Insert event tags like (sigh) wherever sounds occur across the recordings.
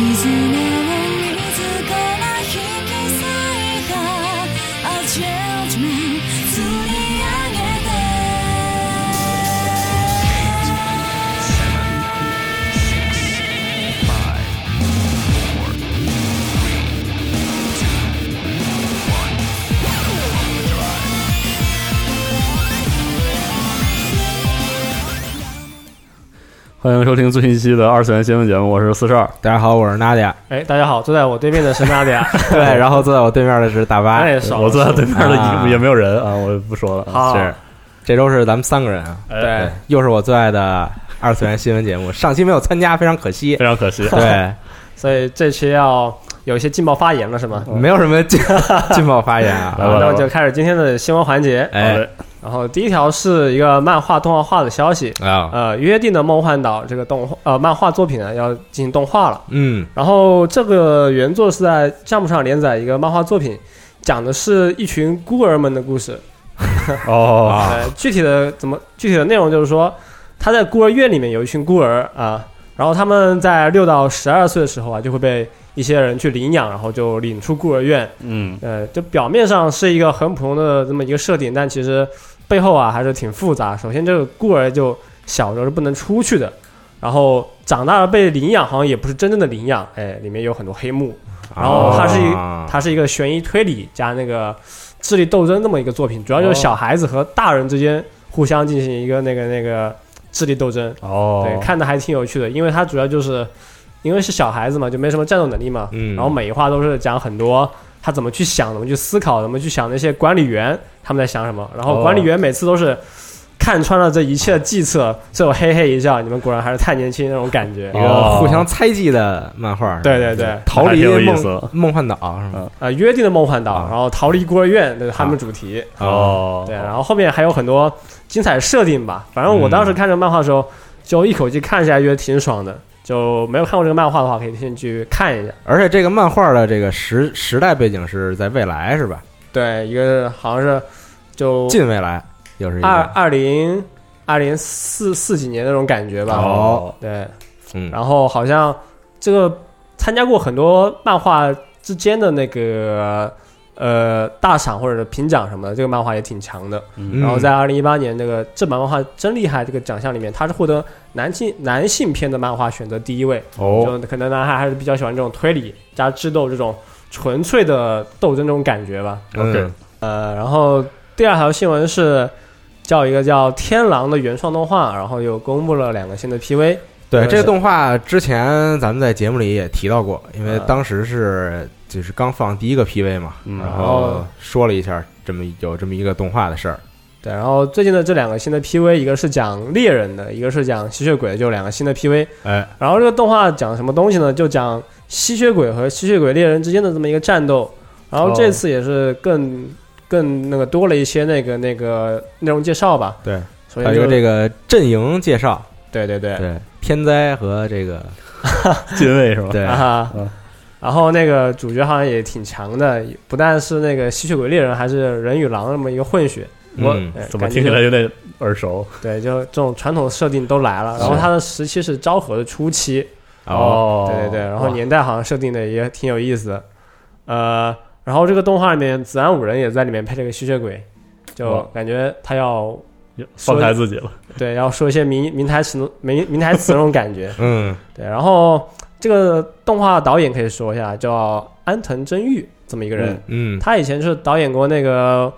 水を自ら引き裂いた A judgment 釣り上げて欢迎收听最新一期的二次元新闻节目，我是四十二。大家好，我是娜 (laughs) 姐。哎，大家好，坐在我对面的是娜姐，对，然后坐在我对面的是大巴。哎，少了我坐在对面的啊也也没有人啊，我不说了。好，是，这周是咱们三个人啊。哎对，又是我最爱的二次元新闻节目，上期没有参加，非常可 (laughs) 惜非。常可惜。对，所以这期要有一些劲爆发言了，是吗？没有什么劲 (laughs) 劲爆发言啊。来吧哦好那我来吧就开始今天的新闻环节。好哎嘞，然后第一条是一个漫画动画化的消息，啊，呃，《约定的梦幻岛》这个动画呃漫画作品啊要进行动画了。嗯然后这个原作是在项目上连载一个漫画作品，讲的是一群孤儿们的故事。哦，啊，呃，具体的怎么具体的内容就是说，他在孤儿院里面有一群孤儿啊，然后他们在六到十二岁的时候啊，就会被一些人去领养，然后就领出孤儿院。嗯，呃，就表面上是一个很普通的这么一个设定，但其实背后啊还是挺复杂。首先，这个孤儿就小时候是不能出去的，然后长大了被领养，好像也不是真正的领养，哎，里面有很多黑幕。然后它是一啊它是一个悬疑推理加那个智力斗争这么一个作品，主哦要就是小孩子和大人之间互相进行一个那个那个智力斗争，哦，对，看的还挺有趣的，因为它主要就是因为是小孩子嘛，就没什么战斗能力嘛，嗯然后每一话都是讲很多他怎么去想，怎么去思考，怎么去想那些管理员他们在想什么，然哦后管理员每次都是。看穿了这一切的计策，最后嘿嘿一笑，你们果然还是太年轻那种感觉。一个互相猜忌的漫画。哦对对对逃还离挺有意思梦梦幻岛是吗？呃，约定的梦幻岛，啊然后逃离孤儿院，这是他们主题。哦，对，然后后面还有很多精彩设定吧。反正我当时看这个漫画的时候，就一口气看下来，觉得挺爽的。就没有看过这个漫画的话，可以先去看一下。而且这个漫画的这个时时代背景是在未来是吧？对，一个好像是就近未来又是一二个二零二零四四几年那种感觉吧。哦，对，嗯然后好像这个参加过很多漫画之间的那个呃大赏或者评奖什么的，这个漫画也挺强的。嗯然后在二零一八年这个正版漫画真厉害这个奖项里面，他是获得男性男性片的漫画选择第一位。哦，就可能男孩还是比较喜欢这种推理加智斗这种纯粹的斗争这种感觉吧。 OK 嗯呃，然后第二条新闻是叫一个叫《天狼》的原创动画，然后又公布了两个新的 PV。对，对这个动画之前咱们在节目里也提到过，因为啊当时是就是刚放第一个 PV 嘛，嗯然哦后说了一下这么有这么一个动画的事儿。对，然后最近的这两个新的 PV，一个是讲猎人的，一个是讲吸血鬼的，就两个新的 PV。哎，然后这个动画讲什么东西呢？就讲吸血鬼和吸血鬼猎人之间的这么一个战斗。然后这次也是更、更那个多了一些那个那个内容介绍吧。对，所以还就啊哎有一个这个阵营介绍，对对对对天灾和这个近卫是吧？对啊哈嗯然后那个主角好像也挺强的，不但是那个吸血鬼猎人，还是人与狼那么一个混血。我嗯，哎怎么感觉听起来有点耳熟？对，就这种传统设定都来了。然后它的时期是昭和的初期，哦，对对对，然后哇年代好像设定的也挺有意思的，呃，然后这个动画里面子安五人也在里面配了个吸血鬼，就哇感觉他要放开自己了，对要说一些名名台词名名台词那种 (laughs) 感觉嗯对，然后这个动画导演可以说一下，叫安藤真玉这么一个人，嗯嗯他以前是导演过那个《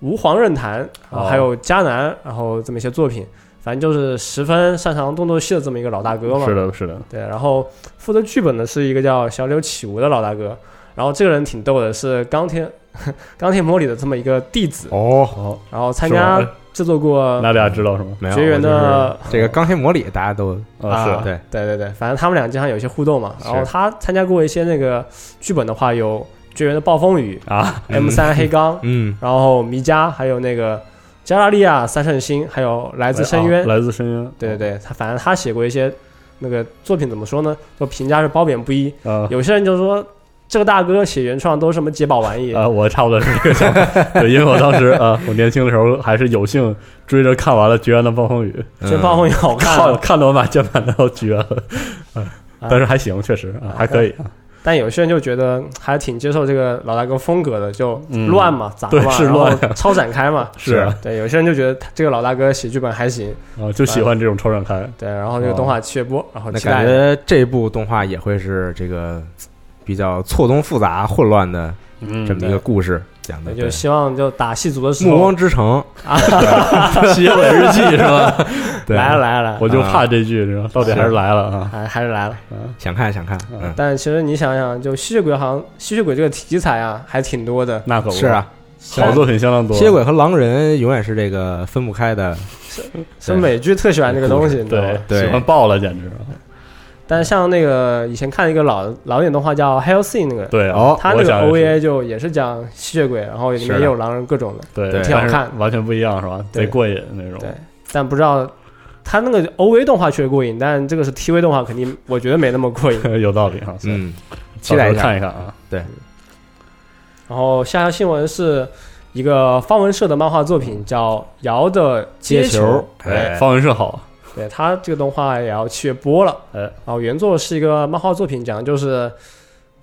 吾皇任谈》，然后哦还有《迦南》，然后这么一些作品，反正就是十分擅长动作戏的这么一个老大哥嘛，是的，是的，对，然后负责剧本的是一个叫小柳启吾的老大哥，然后这个人挺逗的，是钢铁 (laughs) 钢铁魔里的这么一个弟子，哦，哦，然后参是加吗制作过，那大家知道是吗？没有绝缘的我就是这个钢铁魔里，大家都啊，对对对对，反正他们俩经常有一些互动嘛。然后是他参加过一些那个剧本的话，有《绝缘的暴风雨是》、啊， M 三黑钢，嗯然后迷家，还有那个加拉利亚三圣星，还有来来自深渊。啊哦来自深渊，对对对，他反正他写过一些那个作品，怎么说呢？就评价是褒贬不一。对，啊有些人就说这个大哥写原创都是什么解宝玩意，啊，我差不多是这个想法，对，因为我当时啊，我年轻的时候还是有幸追着嗯看完了《绝缘的暴风雨》，这暴风雨好 (laughs) 看看啊。看的我把键盘都要撅了。啊但是还行，确实啊，还可以啊。 (laughs) 但有些人就觉得还挺接受这个老大哥风格的，就嗯乱嘛，杂对嘛，是然后乱超展开嘛。 (laughs) 是啊，对，有些人就觉得他这个老大哥写剧本还行，啊就喜欢这种超展 (laughs) 开。对，然后这个动画切嗯播，然后那期感待觉这部动画也会是这个比较错综复杂、混乱的嗯这么一个故事讲的。就对希望就打戏组的时暮候光之城啊吸尾日记是吧？对来了来了， (laughs) 我就怕这啊句是吧？到底还是来了啊。还还是来了。想看想看，嗯，但其实你想想，就吸血鬼好像吸血鬼这个题材啊，还挺多的。那可不是，啊，好作品相当多。吸血鬼和狼人永远是这个分不开的。是美剧特喜欢这个东西，你知道吗对？喜对欢爆了，简直。但像那个以前看一个老老一点动画叫《Hellsing》那个，对啊哦他我那个想也是啊 OVA 就也是讲吸血鬼，然后里是面的也有狼人各种的，对对挺好但是看完全不一样是吧？对贼过瘾那种。对。但不知道他那个 OVA 动画确实过瘾，但这个是 TV 动画，肯定我觉得没那么 (laughs) 过瘾。有道理哈，嗯，到期时待候一下。看一看啊。然后下条新闻是一个方文社的漫画作品叫《瑶的接球》，哎，方文社好，对他这个动画也要七月播了。哎然后原作是一个漫画作品，讲的就是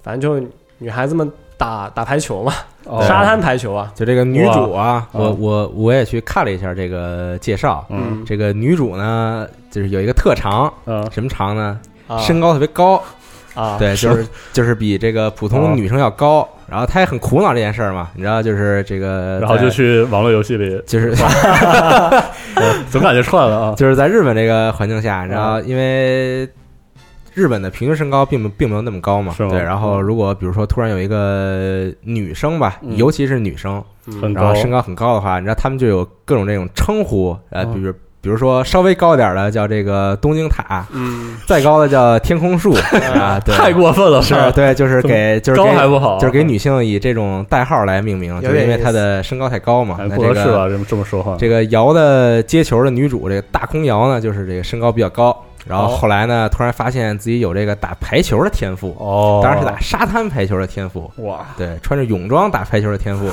反正就女孩子们打打排球嘛，哦哦沙滩排球啊，就这个女主啊，哇我嗯我我也去看了一下这个介绍。嗯这个女主呢，就是有一个特长，嗯什么长呢？啊身高特别高，啊，对，是啊就是就是比这个普通女生要高。然后她也很苦恼这件事儿嘛，你知道，就是这个在，然后就去啊网络游戏里，呃就是总感觉串了啊。 (laughs) 就是在日本这个环境下，然后因为日本的平均身高并不并没有那么高嘛，是吗对。然后如果比如说突然有一个女生吧，嗯尤其是女生，嗯很然高后，身高很高的话，你知道他们就有各种这种称呼，呃，哦比如。比如说稍微高点儿的叫这个东京塔，嗯，再高的叫天 (laughs) 空树啊， (laughs) 对，太过分了，是吧对，就是给就是高给还不好，啊就是给女性以这种代号来命名，有就是因为点意她思的身高太高嘛。哎啊那不这合适个吧？这么这么说话，这个瑶的接球的女主，这个大空瑶呢，就是这个身高比较高，然后哦后来呢，突然发现自己有这个打排球的天赋，哦，当 (laughs) 然是打沙滩排球的天赋，哇，对，穿着泳装打排球的天 (laughs) 赋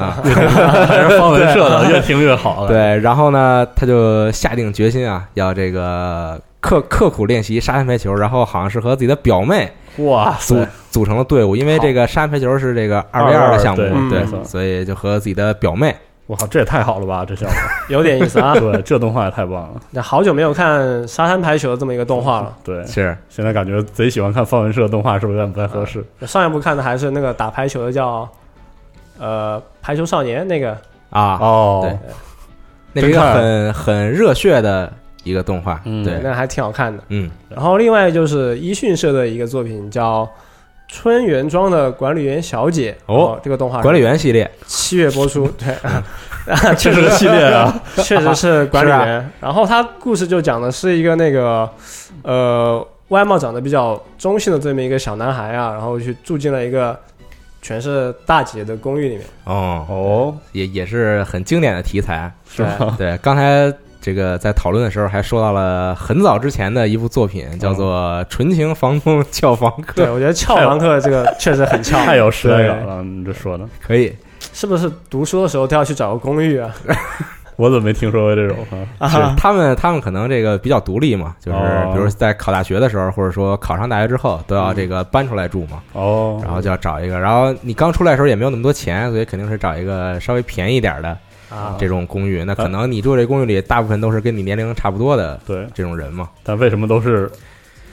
啊，还是方文社的，越听越好了。 (laughs) 对，然后呢，她就下定决心啊，要这个刻刻苦练习沙滩排球，然后好像是和自己的表妹哇塞，组组成了队伍，因为好这个沙滩排球是这个二 v 二的项目对，嗯对没，错所以就和自己的表妹，我靠，这也太好了吧，这效果，有点意 (laughs) 思啊。对，这动画也太棒了，那好久没有看沙滩排球的这么一个动画了。对，是现在感觉贼喜欢看方文社的动画，是不是有点不太合适？上一部看的还是那个打排球的叫，呃，排球少年那个，啊，哦对，那是一个真看很很热血的一个动画，嗯对，那还挺好看的。嗯，然后另外就是一讯社的一个作品叫《春原庄的管理员小姐》哦，这个动画管理员系列，七月播出，对，这是个系列啊， (laughs) (laughs) 确实是管理员。然后他故事就讲的是一个那个，呃，外貌长得比较中性的这么一个小男孩啊，然后去住进了一个全是大姐的公寓里面。哦，哦，也也是很经典的题材，是吗？对，刚才这个在讨论的时候还说到了很早之前的一部作嗯品，叫做《纯情房东俏房客对，》，我觉得俏房客这个确实很俏， (laughs) 太有时代感了，你这说的，可以，是不是读书的时候都要去找个公寓啊？我怎么没听说过这种啊？啊是哈，他们他们可能这个比较独立嘛，就是哦嗯比如在考大学的时候，或者说考上大学之后，都要这个搬出来住嘛，哦，然后就要找一个，然后你刚出来的时候也没有那么多钱，所以肯定是找一个稍微便宜一点的。啊，这种公寓，那可能你住这公寓里，大部分都是跟你年龄差不多的对，这种人嘛，哦但为什么都是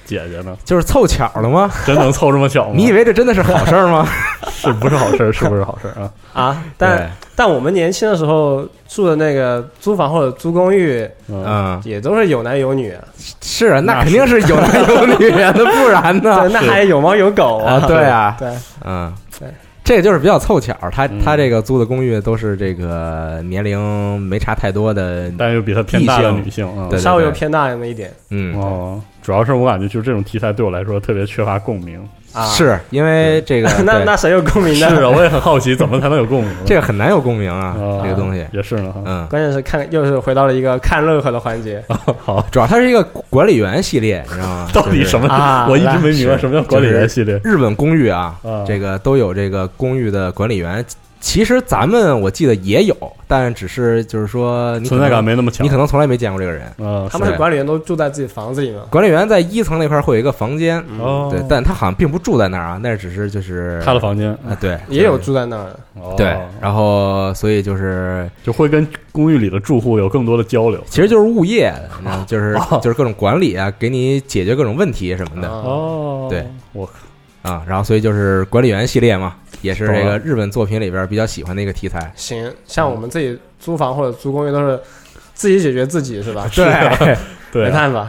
姐姐呢？就是凑巧了吗？真能凑这么哦巧吗？ (laughs) 你以为这真的是好事儿 (laughs) 吗？是不是好事儿？是不是好事儿啊？啊，但但我们年轻的时候住的那个租房或者租公寓，对嗯，嗯，也都是有男有女啊，是啊那那肯定是有男有女的，不然 (laughs) 对，呢？那还有猫有狗啊，啊，对啊，对，嗯对，这个就是比较凑巧，他嗯他这个租的公寓都是这个年龄没差太多的，但又比她偏大的异性女性啊。对稍微又偏大那么一点嗯，哦，主要是我感觉就是这种题材对我来说特别缺乏共鸣。啊。，是因为这个 (laughs) 那对那谁有共鸣是呢？啊，我也很好奇怎么才能有共鸣。这个很难有共鸣啊哦，这个东西，也是呢哈。嗯。关键是看，又是回到了一个看乐呵的环节哦好，主要它是一个管理员系列，你知 (laughs) 道吗？到底就是什么？啊我一直没明白是什么叫管理员系列。日本公寓啊啊，这个都有这个公寓的管理员其实咱们我记得也有，但只是就是说你可存能在感没那么强你可。能从来没见过这个人。嗯，他们是管理员都住在自己房子里嘛。管理员在一层那块儿会有一个房间，是哦，对，但他好像并不住在那儿啊，那只是就是开了房间，啊，对，也有住在那儿的，啊哦对，然后所以就是就会跟公寓里的住户有更多的交流。其实就是物业，你知道吗就是哦就是各种管理啊，给你解决各种问题什么的啊，哦嗯对，我啊。然后所以就是管理员系列嘛，也是这懂个了日本作品里边比较喜欢的一个题材。行，像我们自己租房或者租公寓都是自己解决自己是吧？对，对没啊 (laughs) 办法，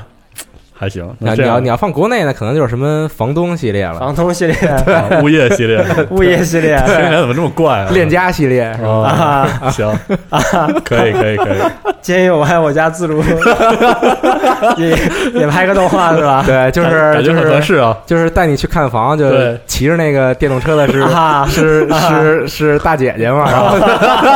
还行。 (laughs) 那那你这要样你要放国内呢，可能就是什么房东系列了，房东系列、 (laughs) 啊物业 (laughs) 系列，物业系列 (laughs) 听起来怎么这么怪啊？链啊家系列呃是吧？啊，啊，行，可以可以 (laughs) 可以，监狱我爱我家自如， (laughs) 也也拍个动画是吧？对，就是感觉就很合是适啊。就是带你去看房，就对骑着那个电动车的是啊，是是是大姐姐嘛，然后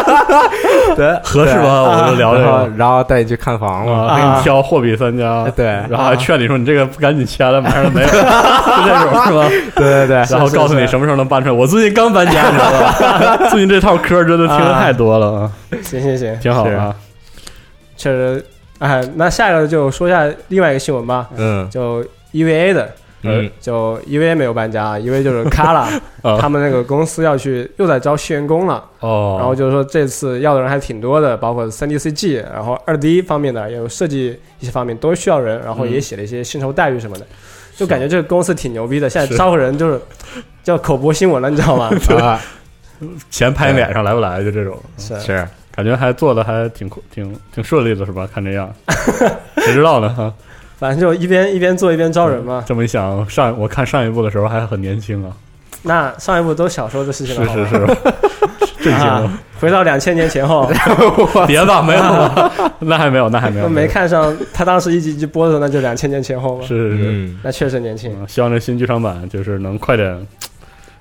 (laughs) 对合适吧？对我就聊这然后个，然后带你去看房嘛，啊，给你挑货比三家，对然后还劝你说你这个不赶紧签了， (laughs) 马上没有，就这种是吧？对对对，然后告诉你什么时候能搬出来。我最近刚搬家，你知道吧？最 (laughs) 近这套嗑真的听的太多了，啊，行行行，挺好的啊。确实，哎，那下一个就说一下另外一个新闻吧，嗯就 EVA 的，嗯就 EVA 没有搬家，EVA 就是 (laughs) Kala，啊他们那个公司要去又在招新员工了，哦，然 (laughs) 后就是说这次要的人还挺多的，包括 3D CG，然后 2D 方面的，也有设计一些方面都需要人，嗯然后也写了一些薪酬待遇什么的，就感觉这个公司挺牛逼的。现在是招人就是 (laughs) 叫口播新闻了，你知道 (laughs) 吗？啊钱拍脸上来不来？就这种，是是感觉还做的还挺挺挺顺利的，是吧？看这样，谁知道呢？哈，反正就一边一边做一边招人嘛。这么一想，上我看上一部的时候还很年轻啊，那上一部都小时候的事情是了，好吧是是，震惊了啊！回到两千年前后，别吧，没有吧， (laughs) 那还没有，那还没有，都没看上他当时一集一集播的时候，那就两千年前后嘛。是是是，嗯那确实年轻，嗯希望这新剧场版就是能快点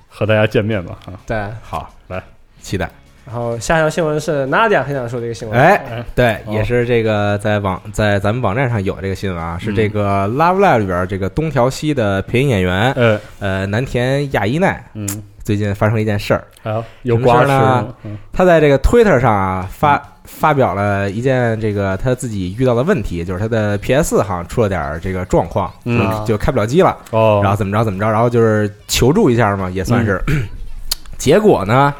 和大家见面吧啊！对。好来期待然后下一条新闻是 Nadia 很想说的一个新闻，哎对哦也是这个在网在咱们网站上有这个新闻啊，是这个《Love Live》里边这个东条希的配音演员呃呃南田亚一奈嗯，最近发生了一件事儿，还有有瓜吃什么事儿呢吗？嗯他在这个 Twitter 上啊发发表了一件这个他自己遇到的问题，就是他的 PS 好像出了点儿这个状况，啊嗯就是就开不了机了，哦，然后怎么着怎么着，然后就是求助一下嘛，也算是。嗯 (clears throat) 结果呢，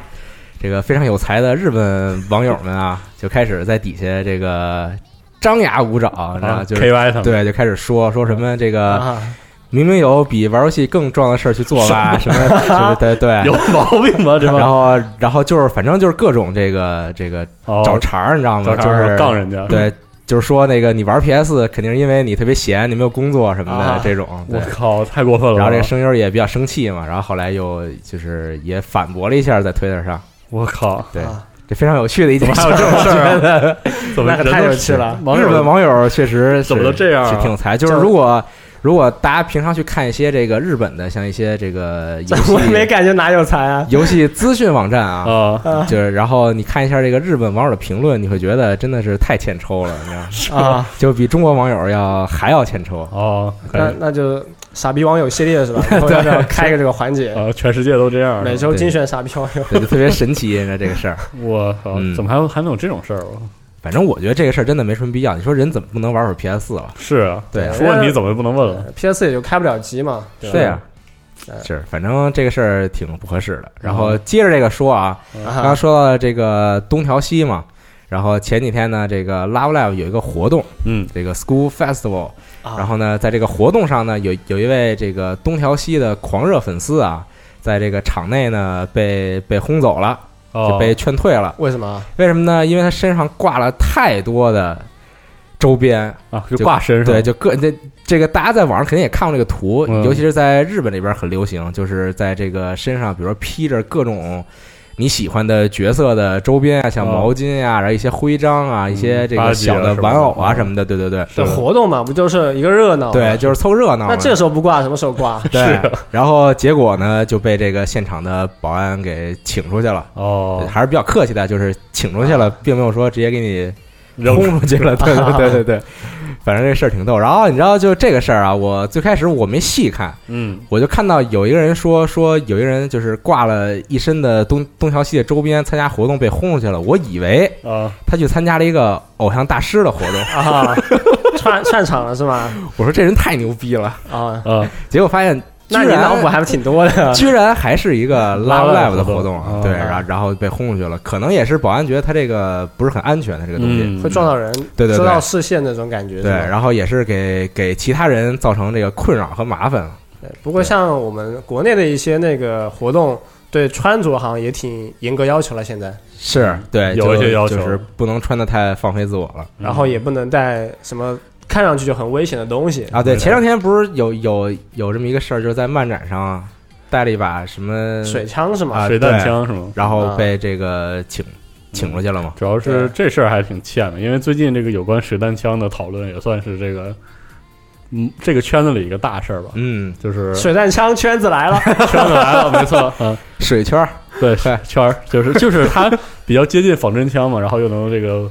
这个非常有才的日本网友们啊，就开始在底下这个张牙舞爪，然后啊就 K 是。 Y 他们对，就开始说说什么这个啊，明明有比玩游戏更重要的事儿去 (laughs) 做吧，什么什么对对，有毛病吗？这帮然后然后就是反正就是各种这个这个哦找茬儿，你知道吗？找就茬儿是杠人家，对，就是说那个你玩 PS 肯定是因为你特别闲，你没有工作什么的啊这种。我对，靠，太过分了！啊然后这个声优也比较生气嘛，然后后来又就是也反驳了一下在 Twitter 上，我靠，对啊，这非常有趣的一件事还有 (laughs) 这种事啊儿。 (laughs) 怎么那可人太都有趣了网日友本网友确实怎么都是这样啊是挺有才，就是就是如果。如果大家平常去看一些这个日本的，像一些这个 (laughs) 游 (laughs) 我没戏感觉哪有才啊，游戏资讯网站 (laughs) 啊，啊，啊就是，然后你看一下这个日本网友的评论，你会觉得真的是太欠抽了，你知道吗？啊，就比中国网友要还要欠抽。哦，可那以，那就傻逼网友系列 (laughs) 是吧？以后要不要开个这个环节？啊呃，全世界都这样，每周精选傻逼网友。对，就特别神奇，你知道这个事儿。我靠嗯，怎么还有还能有这种事儿啊？反正我觉得这个事儿真的没什么必要。你说人怎么不能玩会儿 PS 四了？是啊，对啊出问题怎么就不能问 (laughs) 了？ P.S. 也就开不了机嘛，对对嗯呀吧？、嗯啊，是，反正这个事儿挺不合适的。然后接着这个说啊，刚啊刚说到这个东条希嘛，然后前几天呢，这个 Love Live 有一个活动，嗯，这个 School Festival，啊然后呢，在这个活动上呢，有有一位这个东条希的狂热粉丝啊，在这个场内呢被被轰走了，就哦，被劝退了。为什么？啊为什么呢？因为他身上挂了太多的周边，啊，就挂身上，对，就各这这个大家在网上肯定也看过这个图，嗯尤其是在日本那边很流行，就是在这个身上，比如说披着各种。你喜欢的角色的周边啊，像哦毛巾啊，然后一些徽章啊，一些这八个戒啊小的什么的玩偶啊嗯什么的，对对对，是这活动嘛，不就是一个热闹？对，，就是凑热闹嘛。那这时候不挂，什么时 (laughs) 候挂？对，啊然后结果呢就被这个现场的保安给请出去了，哦，还是比较客气的，就是请出去了，并没有说直接给你扔轰出去了。对对对对对，反正这事儿挺逗。然后你知道，就这个事儿啊，我最开始我没细看，嗯我就看到有一个人说说有一个人就是挂了一身的东东桥系的周边，参加活动被轰出去了。我以为啊他去参加了一个偶像大师的活动，啊，串串场了是吗？我说这人太牛逼了。啊，啊，结果发现居那你脑补然还是挺多 (laughs) 的。居然还是一个 Love Live Live 的活活动动啊，对，哦然后然后被轰出去了，可能也是保安觉得他这个不是很安全的这个东西，嗯 (laughs) 会撞到人，对对对遮到视线那种感觉。对，是吧然后也是给给其他人造成这个困扰和麻烦。对。不过像我们国内的一些那个活动，对穿着好像也挺严格要求了，现在，是对，有一就些要求就是不能穿的太放飞自我了然后也不能带什么看上去就很危险的东西。啊。对，对前两天不是有有有这么一个事儿，就是在漫展上带了一把什么水，枪是吗？啊水弹枪是吗？然后啊被这个请请出去了嘛。主要是这事儿还挺欠的，因为最近这个有关水弹枪的讨论也算是这个，嗯，这个圈子里一个大事儿吧，嗯，就是水弹枪圈子来了， (laughs) 圈子来了，没 (laughs) 错，嗯，水圈儿对对，圈儿就是就是它比较接近仿真枪嘛，然后又能这个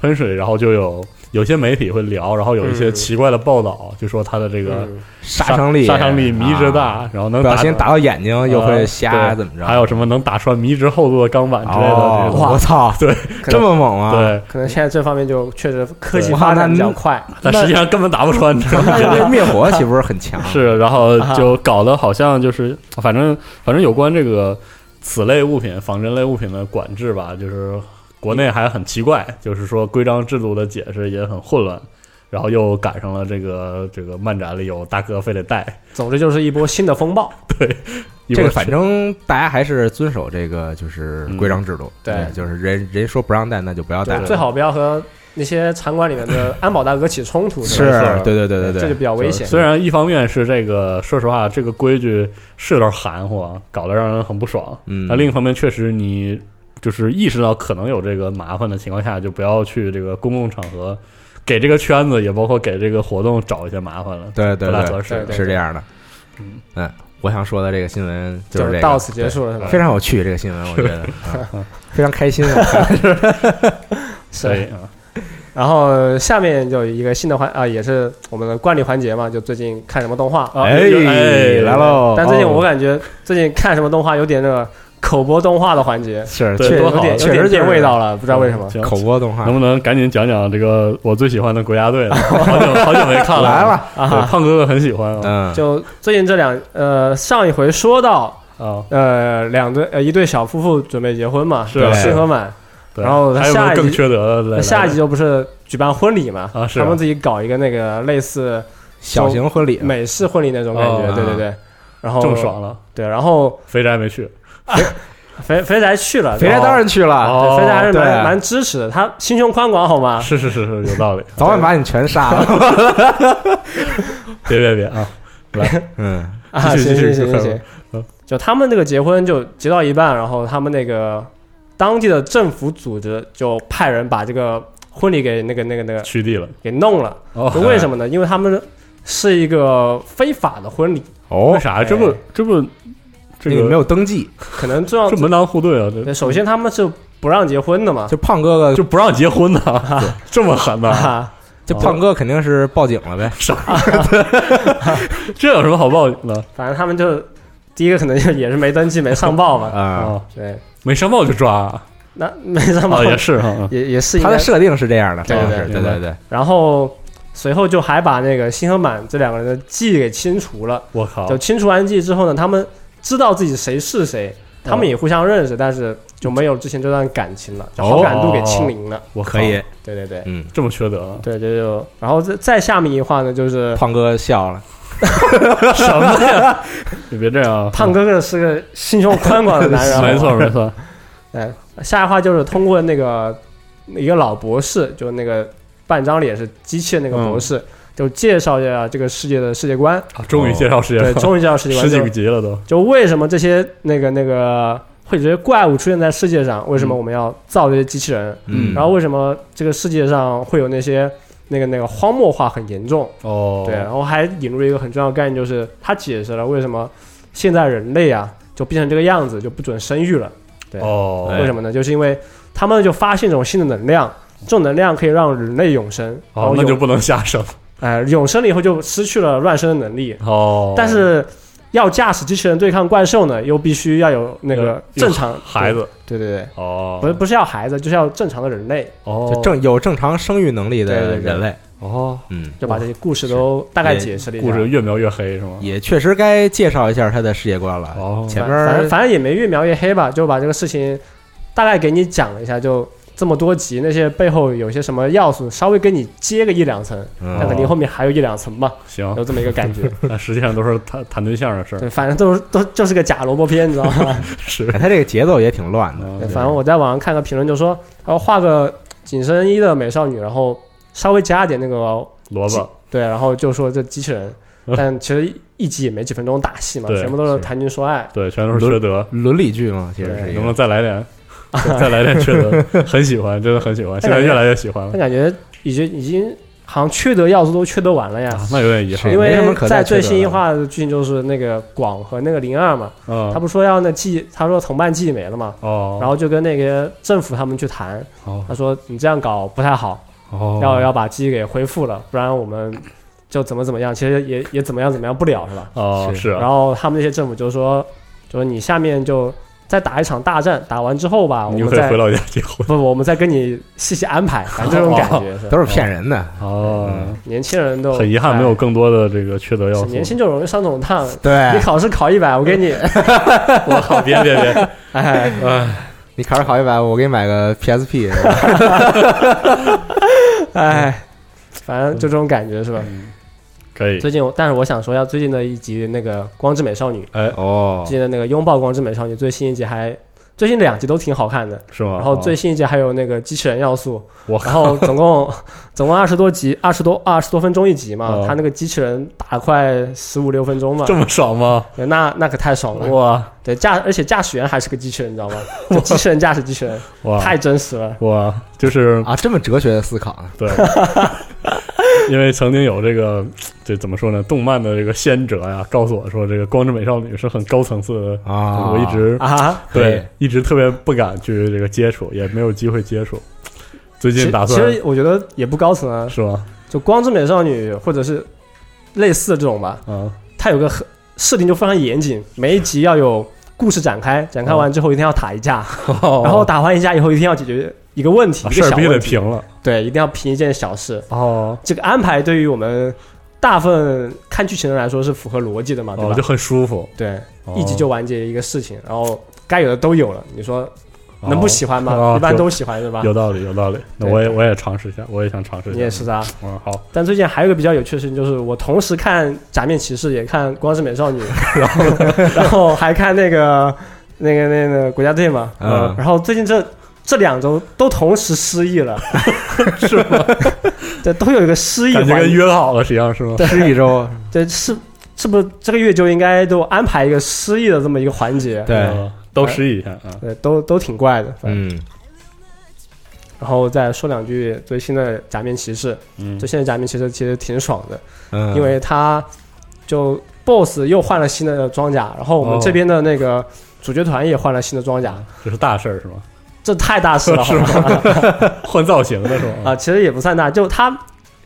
喷水，然后就有有些媒体会聊，然后有一些嗯奇怪的报道，就说它的这个嗯杀伤力杀伤力迷之大，啊然后能不打嗯小心打到眼睛又会瞎，对怎么着？还有什么能打穿迷之厚度的钢板之类的哦这种，我操，对，这么猛啊！，对，可能现在这方面就确实科技对发展比较快。但实际上根本打不穿，你知道吗？这个灭火岂不是很强？ (laughs) 是，然后啊就搞得好像就是，反正反正有关这个此类物品、仿真类物品的管制吧，就是国内还很奇怪，就是说规章制度的解释也很混乱，然后又赶上了这个这个漫展里有大哥非得带，总之就是一波新的风暴。一这会个儿反正大家还是遵守这个就是嗯规章制度，对就是人人说不让带，那就不要带对，了，最好不要和那些场馆里面的安保大哥起冲突。是吧是对对对对对，这就比较危险。虽然一方面是这个，说实话，这个规矩是有点含糊啊，搞得让人很不爽。嗯那另一方面，确实你就是意识到可能有这个麻烦的情况下，就不要去这个公共场合给这个圈子，也包括给这个活动找一些麻烦了，对对不太合对，适。对是这样的嗯。嗯，我想说的这个新闻就这是是个，到此结束了，是吧？非常有趣，这个新闻我觉得啊非常开心啊。所以是。啊，然后下面就有一个新的环啊，也是我们的惯例环节嘛，就最近看什么动画。啊有哎来喽！但最近我哦感觉最近看什么动画有点那个口播动画的环节，是对确确多有好点确实有点就是嗯变味道了，不知道为什么。行口播动画能不能赶紧讲讲这个我最喜欢的国家 (laughs) 队了？好久好久没看了，啊来了，对，胖哥哥很喜欢啊嗯，就最近这两呃上一回说到嗯啊，呃两对呃一对小夫妇准备结婚嘛，是对新婚满，对然后还有没下有一更集缺德的？那来下一集就不是举办婚礼嘛？啊是啊他们自己搞一个那个类似小型婚礼，美式婚礼那种感觉，哦对对对。然后正，爽了，对，然后肥宅没去，肥肥宅去了，肥宅当然去了，啊对肥宅还是对蛮蛮支持的，他心胸宽广 (laughs) 好吗？哦是是是是有 (laughs) 道理，早晚把你全杀了。别别别啊， (laughs) 嗯，啊，继续行继续行行快行快行嗯，就他们这个结婚就结到一半，然后他们那个当地的政府组织就派人把这个婚礼给那个那个那个去地了。给弄了，哦就为什么呢？因为他们是一个非法的婚礼，为哦，啥？这不哎这不这那个个没有登记，可能重要 (laughs) 这门当户对啊，这哦对，首先他们是不让结婚的嘛，就胖哥哥就不让结婚 (laughs) 呢，这么狠呢？啊，就胖哥肯定是报警了呗。这有什么好报警的反正他们就第一个可能就也是没登记、没上报嘛，啊，啊？对，没上报就抓 (laughs) 啊？那没上报啊也是哈，也也是应他该的。设定是这样的，对好像对是对对对对，然后随后就还把那个新和满这两个人的记忆给清除了。我靠就！清除完记忆之后呢，他们知道自己谁是谁，他们也互相认识，但是就没有之前这段感情了，就好感度给清零了。我靠可以，对对对。，嗯，这么缺德啊对，这就然后再再下面一话呢， (laughs) 就是胖哥笑了，什么呀？你别这样啊，胖哥哥是个心胸宽广的男 (laughs) 人，啊没错没 (laughs) 错，哎，下一话就是通过那个一个老博士，就那个半张脸是机器的那个博士，嗯就介绍一下这个世界的世界观。啊终于介绍世界对，观，终于介绍世 (laughs) 界观，十几就个集了都，就为什么这些那个那个会有这些怪物出现在世界上？为什么我们要造这些机器人？嗯然后为什么这个世界上会有那些那个那个荒漠化很严重？哦，对，然啊后还引入了一个很重要的概念，就是他解释了为什么现在人类啊就变成这个样子，就不准生育了。对啊哎哦，为什么呢？就是因为他们就发现一种新的能量，这种能量可以让人类永生。然哦后，那永就不能瞎生，呃，永生了以后就失去了乱生的能力，哦，但是要驾驶机器人对抗怪兽呢，又必须要有那有个正常孩，子对对对哦对，，不是不是要孩子，就是要正常的人类，哦就正有正常生育能力对的对对人类，哦，嗯，就把这些故事都大概解释了一啊下。故事越描越黑是吗？也确实该介绍一下他的世界观了。哦，前面反反儿正反正也没越描越黑吧，就把这个事情大概给你讲了一下，就这么多集，那些背后有些什么要素，稍微给你接个一两层，嗯那肯定后面还有一两层吧，行有，这么一个感觉。但实际上都是谈谈对象的事儿，对，反正都是都就是个假萝卜片，你知道吗？是哎，他这个节奏也挺乱的，嗯 (laughs) 对，反正我在网上看个评论就说，然后画个紧身衣的美少女，然后稍微加点那个萝卜对，然后就说这机器人，但其实一集也没几分钟打戏嘛，对全部都是是谈情说爱。对，全都是缺德，伦理剧嘛，其实是对一能不能个。再来点？ (laughs) 再来点缺德，很喜欢，真的很喜 (laughs) 欢，现在越来越喜欢了但，感觉已经已经好像缺德要素都缺德完了哎呀，啊那有点遗憾对因没为什么可再在缺最德新一了话的剧情就是那个广和那个灵儿嘛，啊他。不说要那继，他说同伴继没了嘛，哦，然后就跟那个政府他们去谈，哦他说你这样搞不太好，哦，要要把记忆给恢复了，不然我们就怎么怎么样，其实也也怎么样怎么样不了是吧？哦是是啊，然后他们那些政府就说，就说你下面就再打一场大战，打完之后吧，我你就们可以再回老家结婚 (laughs) 不不，我们再跟你细细安排，反正这种感觉是都是骗人嗯的，哦。年轻人都很遗憾，哎没有更多的这个缺德要是素。年轻就容易上这种当。你哎对考试考一百，我给你，我靠，别别别，哎，你考试考一百，我给你买个 (laughs) PSP，哎，反正就这种感觉是吧？ (laughs) 嗯可以。最近我，但是我想说一下最近的一集那个《光之美少女》，哎，哦最，近的那个《拥抱光之美少女》最新一集还，最新两集都挺好看的。是吗？然后最新一集还有那个机器人要素，哦我然后总共总共二十多集，二十多二十多分钟一集嘛哦，他那个机器人打了快十五六分钟嘛这，么哦爽吗？对那那可太爽了。哇对驾，而且驾驶员还是个机器人，你 (laughs) 知道吗？就机器人驾驶机器人，哇太真实了。哇，就是啊，这么哲学的思考啊呢？(laughs) 对， (laughs) 因为曾经有这个这怎么说呢？动漫的这个先哲呀，告诉我说，这个《光之美少女》是很高层次的，啊，我一直啊，对一直特别不敢去这个接触，也没有机会接触。最其近实打其算实我觉得也不高层啊，是吗？就光之美少女或者是类似的这种吧，啊，它有个很设定就非常严谨，每一集要有故事展开，展开完之后一定要打一架， (laughs) 然然后打完一架以后一定要解决一个问题，一哦啊事个儿小必须得问题，平了对，一定要平一件小事。哦这个安排对于我们大部分看剧情的人来说是符合逻辑的嘛，对哦，吧？就很舒服，对，哦一集就完结一个事情，然后该有的都有了，你说哦能不喜欢吗？哦一般都喜欢是吧？有道理，有道理。那对我也我也尝试一下，我也想尝试一下。你也是啊，嗯，好，但最近还有一个比较有趣的事情，就是我同时看《假面骑士》，也看《光之美少女》， (laughs) 然后然后还看那个那个那个国家队嘛。啊嗯然后最近这这两周都同时失忆了， (laughs) 是吗？ (laughs) 对，都有一个失忆感觉环跟约好了，实际上是嗯吗？ (laughs) 吃一 (laughs) 周，对，是是不是这个月就应该都安排一个失忆的这么一个环节？对嗯，哎都试一下啊。对，都都挺怪的。反正嗯，然后再说两句最新的《假面骑士》，嗯最新的《假面骑士》其实挺爽的。嗯因为他就 BOSS 又换了新的装甲，然后我们哦这边的那个主角团也换了新的装甲，这是大事儿是吗？这太大事 (laughs) 了，好吧？换造型的是吗？啊，其实也不算大，就他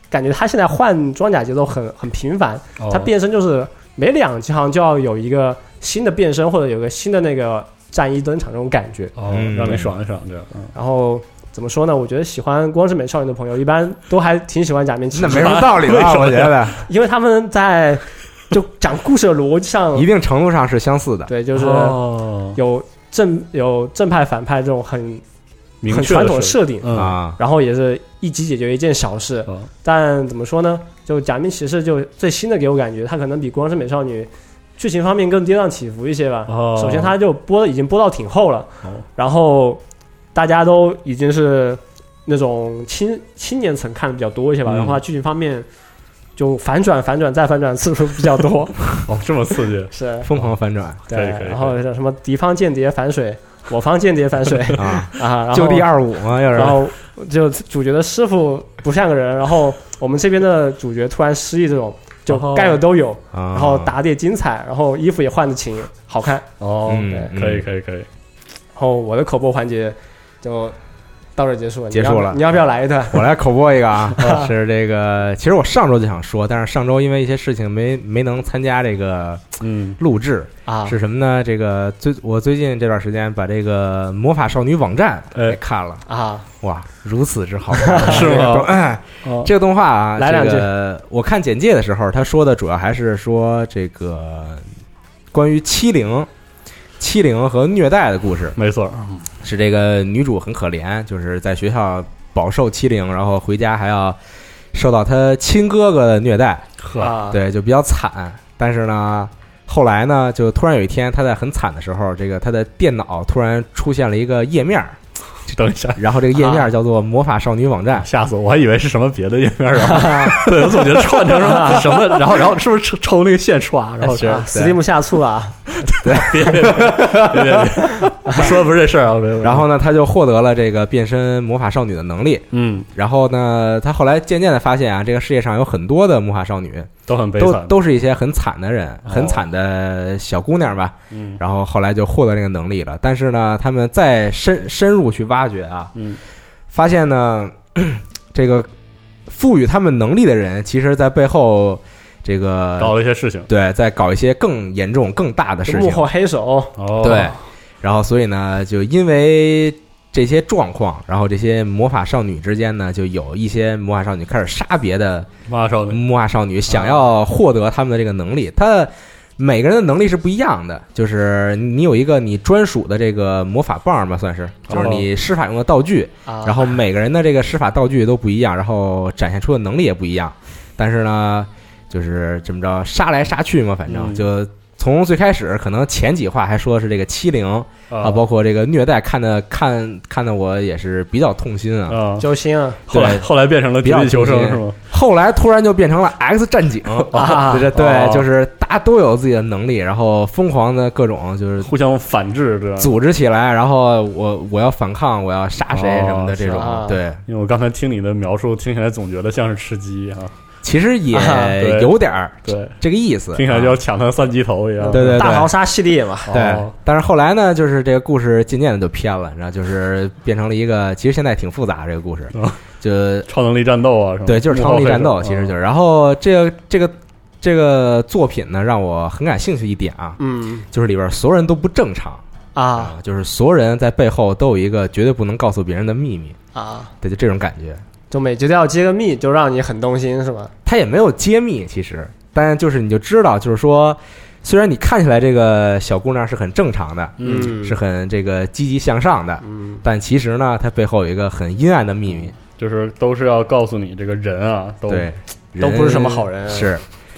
感觉他现在换装甲节奏很很频繁，哦，他变身就是每两集好像就要有一个新的变身或者有个新的那个战衣登场这种感觉，哦，嗯让你爽一爽这样。嗯然后。怎么说呢？我觉得喜欢光之美少女的朋友，一般都还挺喜欢假面骑士那的，没什么道理吧？我觉得 (laughs) 因为他们在就讲故事的逻辑上一，定程度上是相似的，对，就是哦有正有正派反派这种很明很确传统的的设定，嗯啊，然后也是一集解决一件小事。哦但怎么说呢？就假面骑士就最新的给我感觉，它可能比光之美少女剧情方面更跌宕起伏一些吧。哦首先，它就播已经播到挺厚了哦，然后大家都已经是那种青青年层看的比较多一些吧。嗯然后它剧情方面就反转、反转再反转次数比 (laughs) 较多，哦这么刺激是疯狂 (laughs) 反转对可以可以。然后像什么敌方间谍反水，我方间谍反水。啊，啊，然后就地二五嘛，要是然后就主角的师傅不像个人，然后我们这边的主角突然失忆，这种就哦该有都有，啊，然后打的也精彩，然后衣服也换的勤，好看。哦，嗯，对嗯可以可以可以。然后我的口播环节就到这儿结束了，结束你要了你要不要来一段？ (laughs) 我来口播一个 (laughs) 啊，是这个，其实我上周就想说，但是上周因为一些事情没没能参加这个嗯录制，啊，是什么呢？这个最我最近这段时间把这个魔法少女网站哎给看了，啊，哇，如此之 (laughs) 好看， (laughs) 是吗这 (laughs) 个哎哦这个动画啊，来两句这个我看简介的时候，他说的主要还是说这个关于欺凌、欺凌和虐待的故事。没错儿，是这个女主很可怜，就是在学校饱受欺凌，然后回家还要受到她亲哥哥的虐待，呵，啊， (laughs) 对，就比较惨。但是呢，后来呢，就突然有一天，她在很惨的时候，这个她的电脑突然出现了一个页面儿，等一下，然后这个页面儿叫做“魔法少女网站”吓死我，我还以为是什么别的页面 (laughs) 儿啊，对我总觉得串成什么什么，然后然后是不是抽抽那个线刷，然后哎 (laughs) 是别啊，Steam 下促了啊，别别别别别， (laughs) 说的不是这事儿啊，别别然后呢，她就获得了这个变身魔法少女的能力。嗯，然后呢，她后来渐渐的发现啊，这个世界上有很多的魔法少女，都很悲都惨，都是一些很惨的人，哦很惨的小姑娘吧。嗯然后后来就获得这个能力了。但是呢，他们再深深入去挖掘啊，嗯发现呢， (clears throat) 这个赋予他们能力的人，其实在背后这搞个了一些事情，对，在搞一些更严重、更大的事幕情。后黑手哦，对，然后所以呢，就因为。这些状况，然后这些魔法少女之间呢，就有一些魔法少女开始杀别的妈少女，魔法呃少女想要获得他们的这个能力，她每个人的能力是不一样的。就是你有一个你专属的这个魔法棒吧，算是，就是你施法用的道具，啊，然后每个人的这个施法道具都不一样，然后展现出的能力也不一样。但是呢，就是这么着杀来杀去嘛，反正嗯就从最开始可能前几话还说的是这个欺凌啊，啊包括这个虐待，看的看看的我也是比较痛心啊。啊，揪心啊，后来对后来变成了比绝较地求生直接是吗？后来突然就变成了 X 战警 (laughs) 啊对对哦对，就是大家都有自己的能力，然后疯狂的各种就是互相反制，对吧？组织起来，然后我我要反抗，我要杀谁哦什么的这是种啊。对，因为我刚才听你的描述，听起来总觉得像是吃鸡啊，其实也啊对有点儿对，这个意思，听起来就要抢他三级头一样。啊对对对大逃杀系列嘛，啊对哦。但是后来呢，就是这个故事渐渐的就偏了，然后就是变成了一个，其实现在挺复杂这个故事哦，就超能力战斗啊，什么对，就是超能力战斗，其实哦就是。然后这个这个这个作品呢，让我很感兴趣一点啊，嗯就是里边儿所有人都不正常。啊啊，就是所有人在背后都有一个绝对不能告诉别人的秘密，啊，对，就这种感觉。就每集都要揭个密，就让你很动心是吧？他也没有揭秘，其实，但就是你就知道，就是说，虽然你看起来这个小姑娘是很正常的，嗯，是很这个积极向上的，嗯但其实呢，她背后有一个很阴暗的秘密，就是都是要告诉你这个人啊，都对，都人不是什么好人啊是。 (laughs)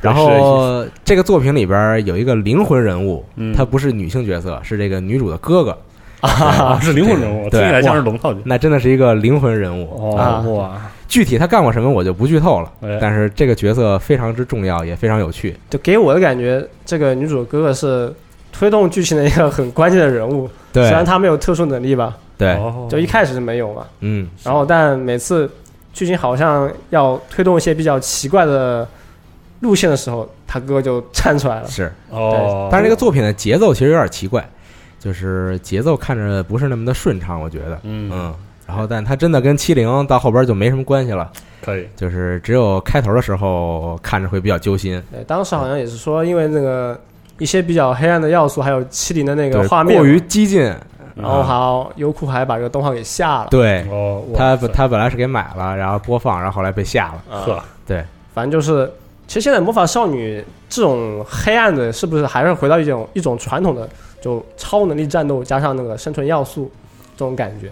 然 (laughs) 后这个作品里边有一个灵魂人物，嗯她不是女性角色，是这个女主的哥哥，啊是灵魂人物，听对起来像是哇龙套剧。那真的是一个灵魂人物哦啊，哇，具体他干过什么我就不剧透了哎，但是这个角色非常之重要，也非常有趣。就给我的感觉，这个女主哥哥是推动剧情的一个很关键的人物，虽然对他没有特殊能力吧，对，哦就一开始是没有嘛，嗯，然后但每次剧情好像要推动一些比较奇怪的路线的时候，他哥哥就站出来了。是。哦，啊但是这个作品的节奏其实有点奇怪，就是节奏看着不是那么的顺畅，我觉得，嗯嗯。然后，但它真的跟七零到后边就没什么关系了，可以就是只有开头的时候看着会比较揪心，对，当时好像也是说，因为那个一些比较黑暗的要素，还有欺凌的那个对，画面，过于嗯激进，然后哦还优酷还把这个动画给下了。对哦，哇他塞他本来是给买了，然后播放，然后后来被下了，啊呵，对，反正就是，其实现在魔法少女这种黑暗的，是不是还是回到一种一种传统的，就超能力战斗加上那个生存要素这种感觉？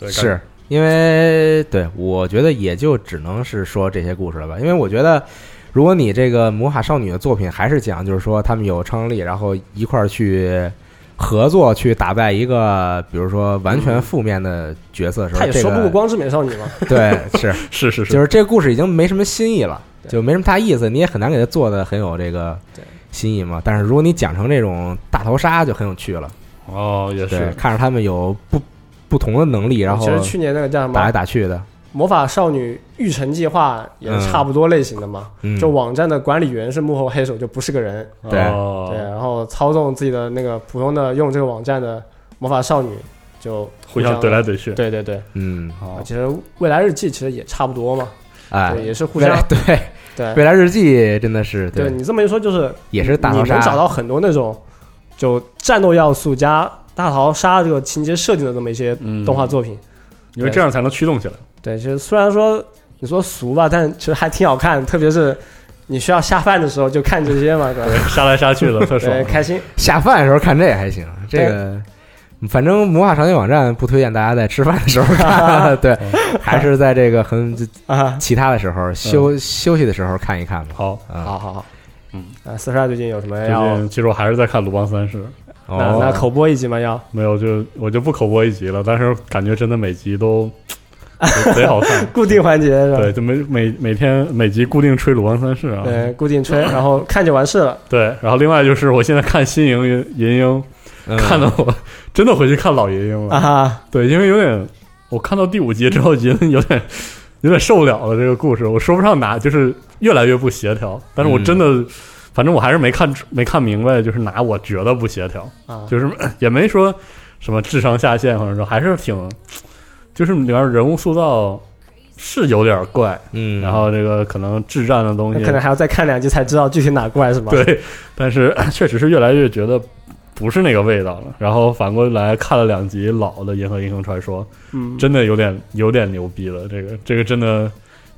对是因为对我觉得也就只能是说这些故事了吧，因为我觉得。如果你这个魔法少女的作品还是讲，就是说他们有超能力，然后一块儿去合作去打败一个，比如说完全负面的角色的时候，他也说不过光光之美少女嘛。对，是是是，就是是这个故事已经没什么新意了，对就没什么大意思，你也很难给它做的很有这个对新意嘛。但是如果你讲成这种大逃杀，就很有趣了，哦也对，是看着他们有不不同的能力，然后其实去年那个叫什么打来《打去的，魔法少女育成计划》也是差不多类型的嘛。嗯，就网站的管理员是幕后黑手，就不是个人。啊对哦对，然后操纵自己的那个普通的用这个网站的魔法少女，就互相怼来怼去。对对对，嗯，哦，其实未来日记其实也差不多嘛，哎，对，也是互未相来对 (laughs) 对未来日记真的是对对，你这么一说，就是也是大你逃能找杀，到很多那种就战斗要素加大逃杀这个情节设定的这么一些嗯动画作品。因为这样才能驱动起来。对，其实虽然说你说俗吧，但其实还挺好看，特别是你需要下饭的时候就看这些嘛，对吧？杀来杀去的，特爽对，。开心。下饭的时候看这还行，这个。反正魔法商店网站不推荐大家在吃饭的时候看， (laughs) 对，还是在这个很啊，其他的时候休休息的时候看一看吧。好，啊，嗯好好好，嗯，啊，四十二最近有什么最要？近其实我还是在看《鲁邦三世》，那哦那口播一集嘛要？没有就我就不口播一集了，但是感觉真的每集都贼贼好看。固定环节是吧？对，就每每每天每集固定吹《鲁邦三世》啊。对，固定吹，然后看就完事了。对，然后另外就是我现在看新营银银鹰，嗯看的我真的回去看老银鹰了。啊哈，对，因为有点，我看到第五集之后，觉得有点 (laughs) 有点受不了了。这个故事我说不上哪，就是越来越不协调。但是我真的，反正我还是没看没看明白，就是哪我觉得不协调，啊，就是 (laughs) 呃也没说什么智商下线，或者说还是挺，就是里面人物塑造是有点怪，嗯，然后这个可能智障的东那西可能还要再看两集才知道具体哪怪是吗？，对，但是 (coughs) 呃确实是越来越觉得。不是那个味道了，然后反过来看了两集老的《银河英雄传说》，嗯，真的有点有点牛逼了，这个这个真的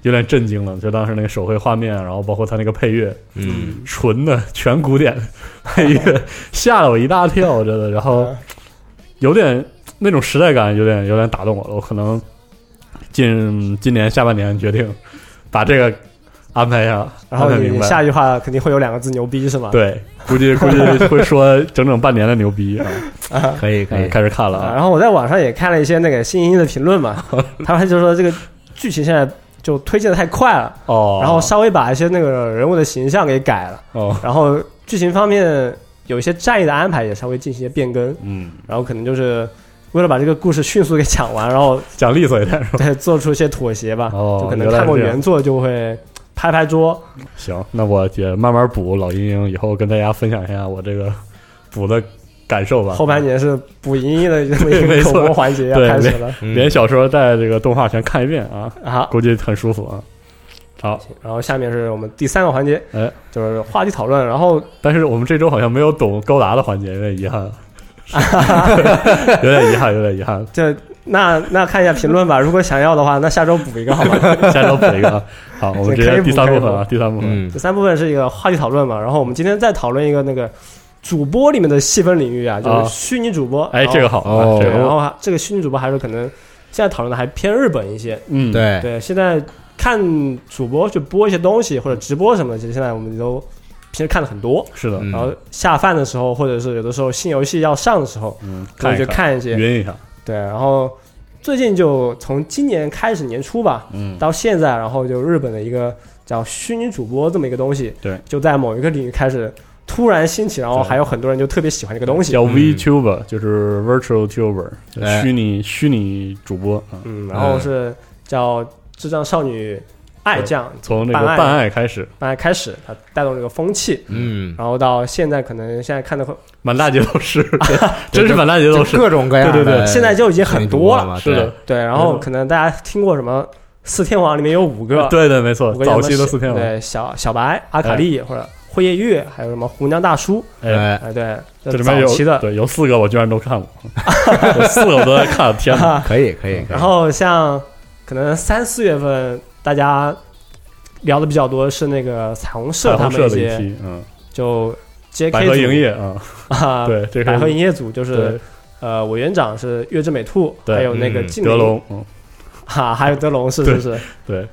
有点震惊了。就当时那个手绘画面，然后包括他那个配乐，嗯，纯的全古典配乐，吓了我一大跳，真的。然嗯后有点那种时代感，有点有点打动我了。我可能近今年下半年决定把这个安排一下，然后安排明你白哦下一句话肯定会有两个字牛逼是吗？对，估计估计会说整整半年的牛逼啊！ (laughs) 嗯可以可以，开始看了啊，啊，然后我在网上也看了一些那个新英的评 (laughs) 论嘛，他们就说这个剧情现在就推进的太快了，哦，然后稍微把一些那个人物的形象给改了，哦，然后剧情方面有一些战役的安排也稍微进行一些变更，嗯，然后可能就是为了把这个故事迅速给讲完，然后讲利索一点是吧？再做出一些妥协吧，哦 (laughs) 就可能原来看过是这样原作就会拍拍桌，行，那我也慢慢补老阴影，以后跟大家分享一下我这个补的感受吧。后半年是补银的这么一 (laughs) 没个错口播环节要对开始了嗯连小说带这个动画全看一遍啊，啊。估计很舒服啊。好，然后下面是我们第三个环节，哎，就是话题讨论。然后但是我们这周好像没有懂高达的环节，有点遗 (laughs) 憾，有点遗憾，有点遗憾。这那那看一下评论 (laughs) 吧，如果想要的话，那下周补一个好吗？下周补一个啊。好，我们直接第三部分啊，第三部分。嗯第三部分是一个话题讨论嘛，然后我们今天再讨论一个那个主播里面的细分领域啊，就啊是虚拟主播。哎，然后这个好啊，哦这对，个然好后还这个虚拟主播还是可能现在讨论的还偏日本一些。嗯，，对，对，现在看主播去播一些东西或者直播什么的，其实现在我们都平时看的很多。是的，嗯然后下饭的时候，或者是有的时候新游戏要上的时候，嗯，我看就一看，看一些。晕一下，嗯对，然后最近就从今年开始年初吧，嗯，到现在，然后就日本的一个叫虚拟主播这么一个东西，对，就在某一个领域开始突然兴起，然后对还有很多人就特别喜欢这个东西叫，VTuber，就是 Virtual Tuber，哎虚拟虚拟主播啊。嗯，然后是叫智障少女爱啊酱从那办个案办案开始，本来开始，它带动这个风气，嗯，然后到现在可能现在看的会，满大街都 (laughs) 是，真是满大街都。就是各种各样的，对哎对对现在就已经很多了了，是的，对，然没后错可能大家听过什么四天王里面有五个，对对，没错五，个早期的四天王，王，对，小小白、阿卡丽或者辉夜月，还有什么胡娘大叔，对，哎，哎，对，这里面早期有的。对有四个我居然都看 (laughs) 过，有四个我都在看，天哪！可以可以，可以啊然后像可能三四月份大家聊的比较多是那个彩虹社彩他虹们社一的一些期，嗯，就 JK 百合组营业啊，啊，对，这是百合营业组就是对呃委员长是月之美兔，对还有那个嗯静德灵龙，嗯，哈，还有德龙是是是，对，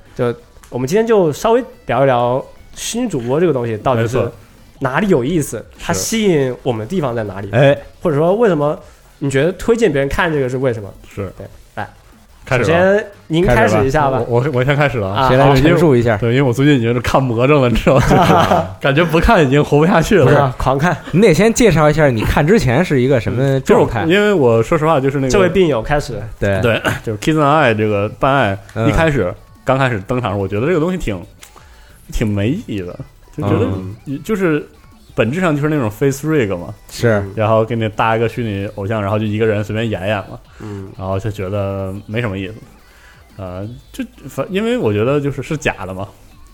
我们今天就稍微聊一聊虚拟主播这个东西到底没是错哪里有意思，它是吸引我们的地方在哪里，哎，或者说为什么你觉得推荐别人看这个是为什么？是对，来，开首始吧，先您开始开始吧一下吧我，我我先开始了啊啊，谁来好陈述一下？对，因为我最近已经是看魔怔了，你知道 (laughs) 吗？感觉不看已经活不下去不是了。狂看，你得先介绍一下，你看之前是一个什么嗯就是状我态？因为我说实话，就是那个这位病友开始，对，对，就是 Kiss and I 这个办案嗯一开始刚开始登场时，我觉得这个东西挺挺没意义的，就觉得嗯就是本质上就是那种 face rig 嘛，是然后给你搭一个虚拟偶像，然后就一个人随便演演嘛，嗯，然后就觉得没什么意思。呃，就反因为我觉得就是是假的嘛，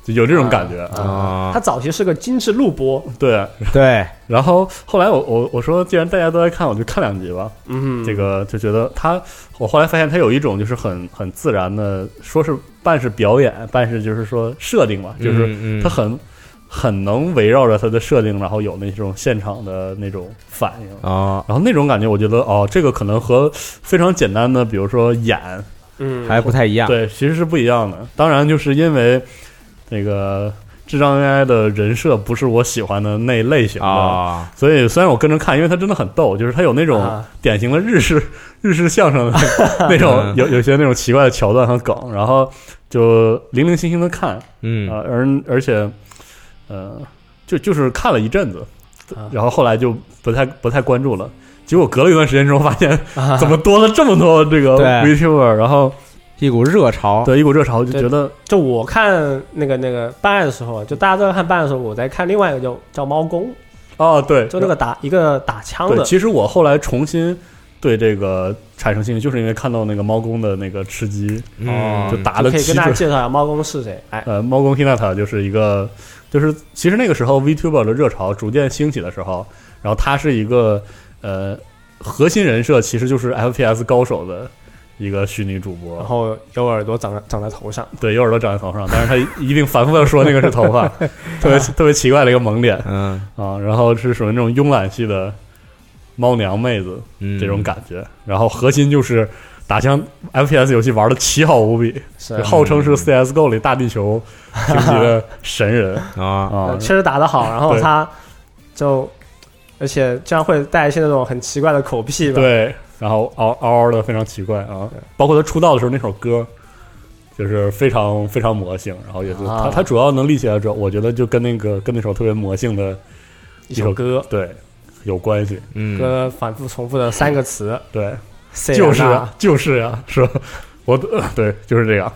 就有这种感觉啊。啊嗯他，早期是个精致录播，对，对，然后后来我我我说，既然大家都在看，我就看两集吧。嗯这个就觉得他，我后来发现他有一种就是很很自然的，说是半是表演，半是就是说设定嘛，就是嗯他很很能围绕着他的设定，然后有那种现场的那种反应。哦，然后那种感觉，我觉得哦，这个可能和非常简单的，比如说演，嗯还不太一样，对，其实是不一样的。当然，就是因为那个智障 AI 的人设不是我喜欢的那类型的，啊，所以虽然我跟着看，因为它真的很逗，就是它有那种啊典型的日式、 (laughs) 日式相 (laughs) 声的那种嗯有有些那种奇怪的桥段和梗，然后就零零星星的看，嗯啊，而而且，呃，就就是看了一阵子啊，然后后来就不太不太关注了。结果隔了一段时间之后，发现啊怎么多了这么多这个对 VTuber，然后一股热潮，对一股热潮，就哦对觉得就我看那个那个办案的时候，就大家都在看办案的时候，我在看另外一个叫叫猫公，哦，对，就那个打一个打枪对，的，其实我后来重新对这个产生兴趣，就是因为看到那个猫公的那个吃鸡，嗯，就打哦就的可以七跟大家准。介绍一下猫公是谁。哎，呃，猫公 Hinata 就是一个，就是其实那个时候 VTuber 的热潮逐渐兴起的时候，然后他是一个呃核心人设其实就是 FPS 高手的一个虚拟主播，然后有耳朵长在长在头上，对，右耳朵长在头上，但是他一定反复的说那个是头发，特 (laughs) 别特别奇怪的一个萌点嗯啊，然后是属于那种慵懒系的猫娘妹子，嗯，这种感觉。然后核心就是打枪 FPS 游戏玩的奇好无比，是就号称是 CSGO 里大地球评级的神人啊，啊呃。确实打得好，然后对他就而且这样会带一些那种很奇怪的口癖吧。对，然后嗷嗷嗷的非常奇怪啊。包括他出道的时候那首歌，就是非常非常魔性，然后也是啊他他主要能立起来之后，我觉得就跟那个跟那首特别魔性的一首歌，对有关系。嗯，歌反复重复的三个词，对，塞就是尔啊纳就是啊，是吧我 (laughs) 呃对就是这样。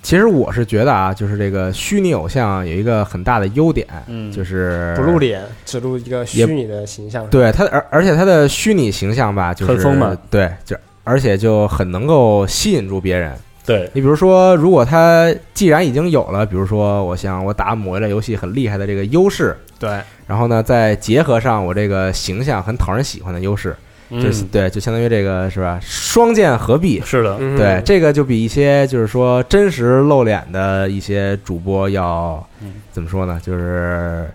其实我是觉得啊，就是这个虚拟偶像有一个很大的优点，嗯就是不露脸，只露一个虚拟的形象。对他，而而且他的虚拟形象吧，就是很丰满，对，就而且就很能够吸引住别人。对，你比如说，如果他既然已经有了，比如说，我想我打某一类游戏很厉害的这个优势，对，然后呢，再结合上我这个形象很讨人喜欢的优势，就是嗯对，就相当于这个是吧？双剑合璧，是的，嗯对，这个就比一些就是说真实露脸的一些主播要嗯怎么说呢？就是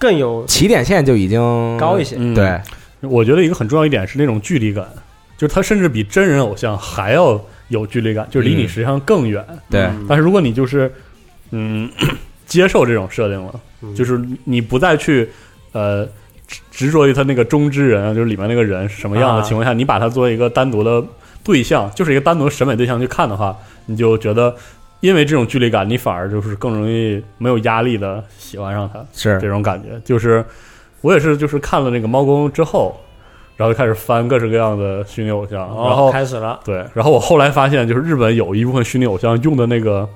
更有起点线就已经高一，些。嗯对，我觉得一个很重要一点是那种距离感，就是它甚至比真人偶像还要有距离感，就是离你嗯实际上更远。对嗯但是如果你就是嗯接受这种设定了，嗯就是你不再去呃执执着于他那个中之人，就是里面那个人是什么样的啊情况下，你把它作为一个单独的对象，就是一个单独的审美对象去看的话，你就觉得因为这种距离感，你反而就是更容易没有压力的喜欢上他。是这种感觉。就是我也是，就是看了那个《猫公》之后，然后就开始翻各式各样的虚拟偶像，哦然后开始了，对，然后我后来发现，就是日本有一部分虚拟偶像用的那个，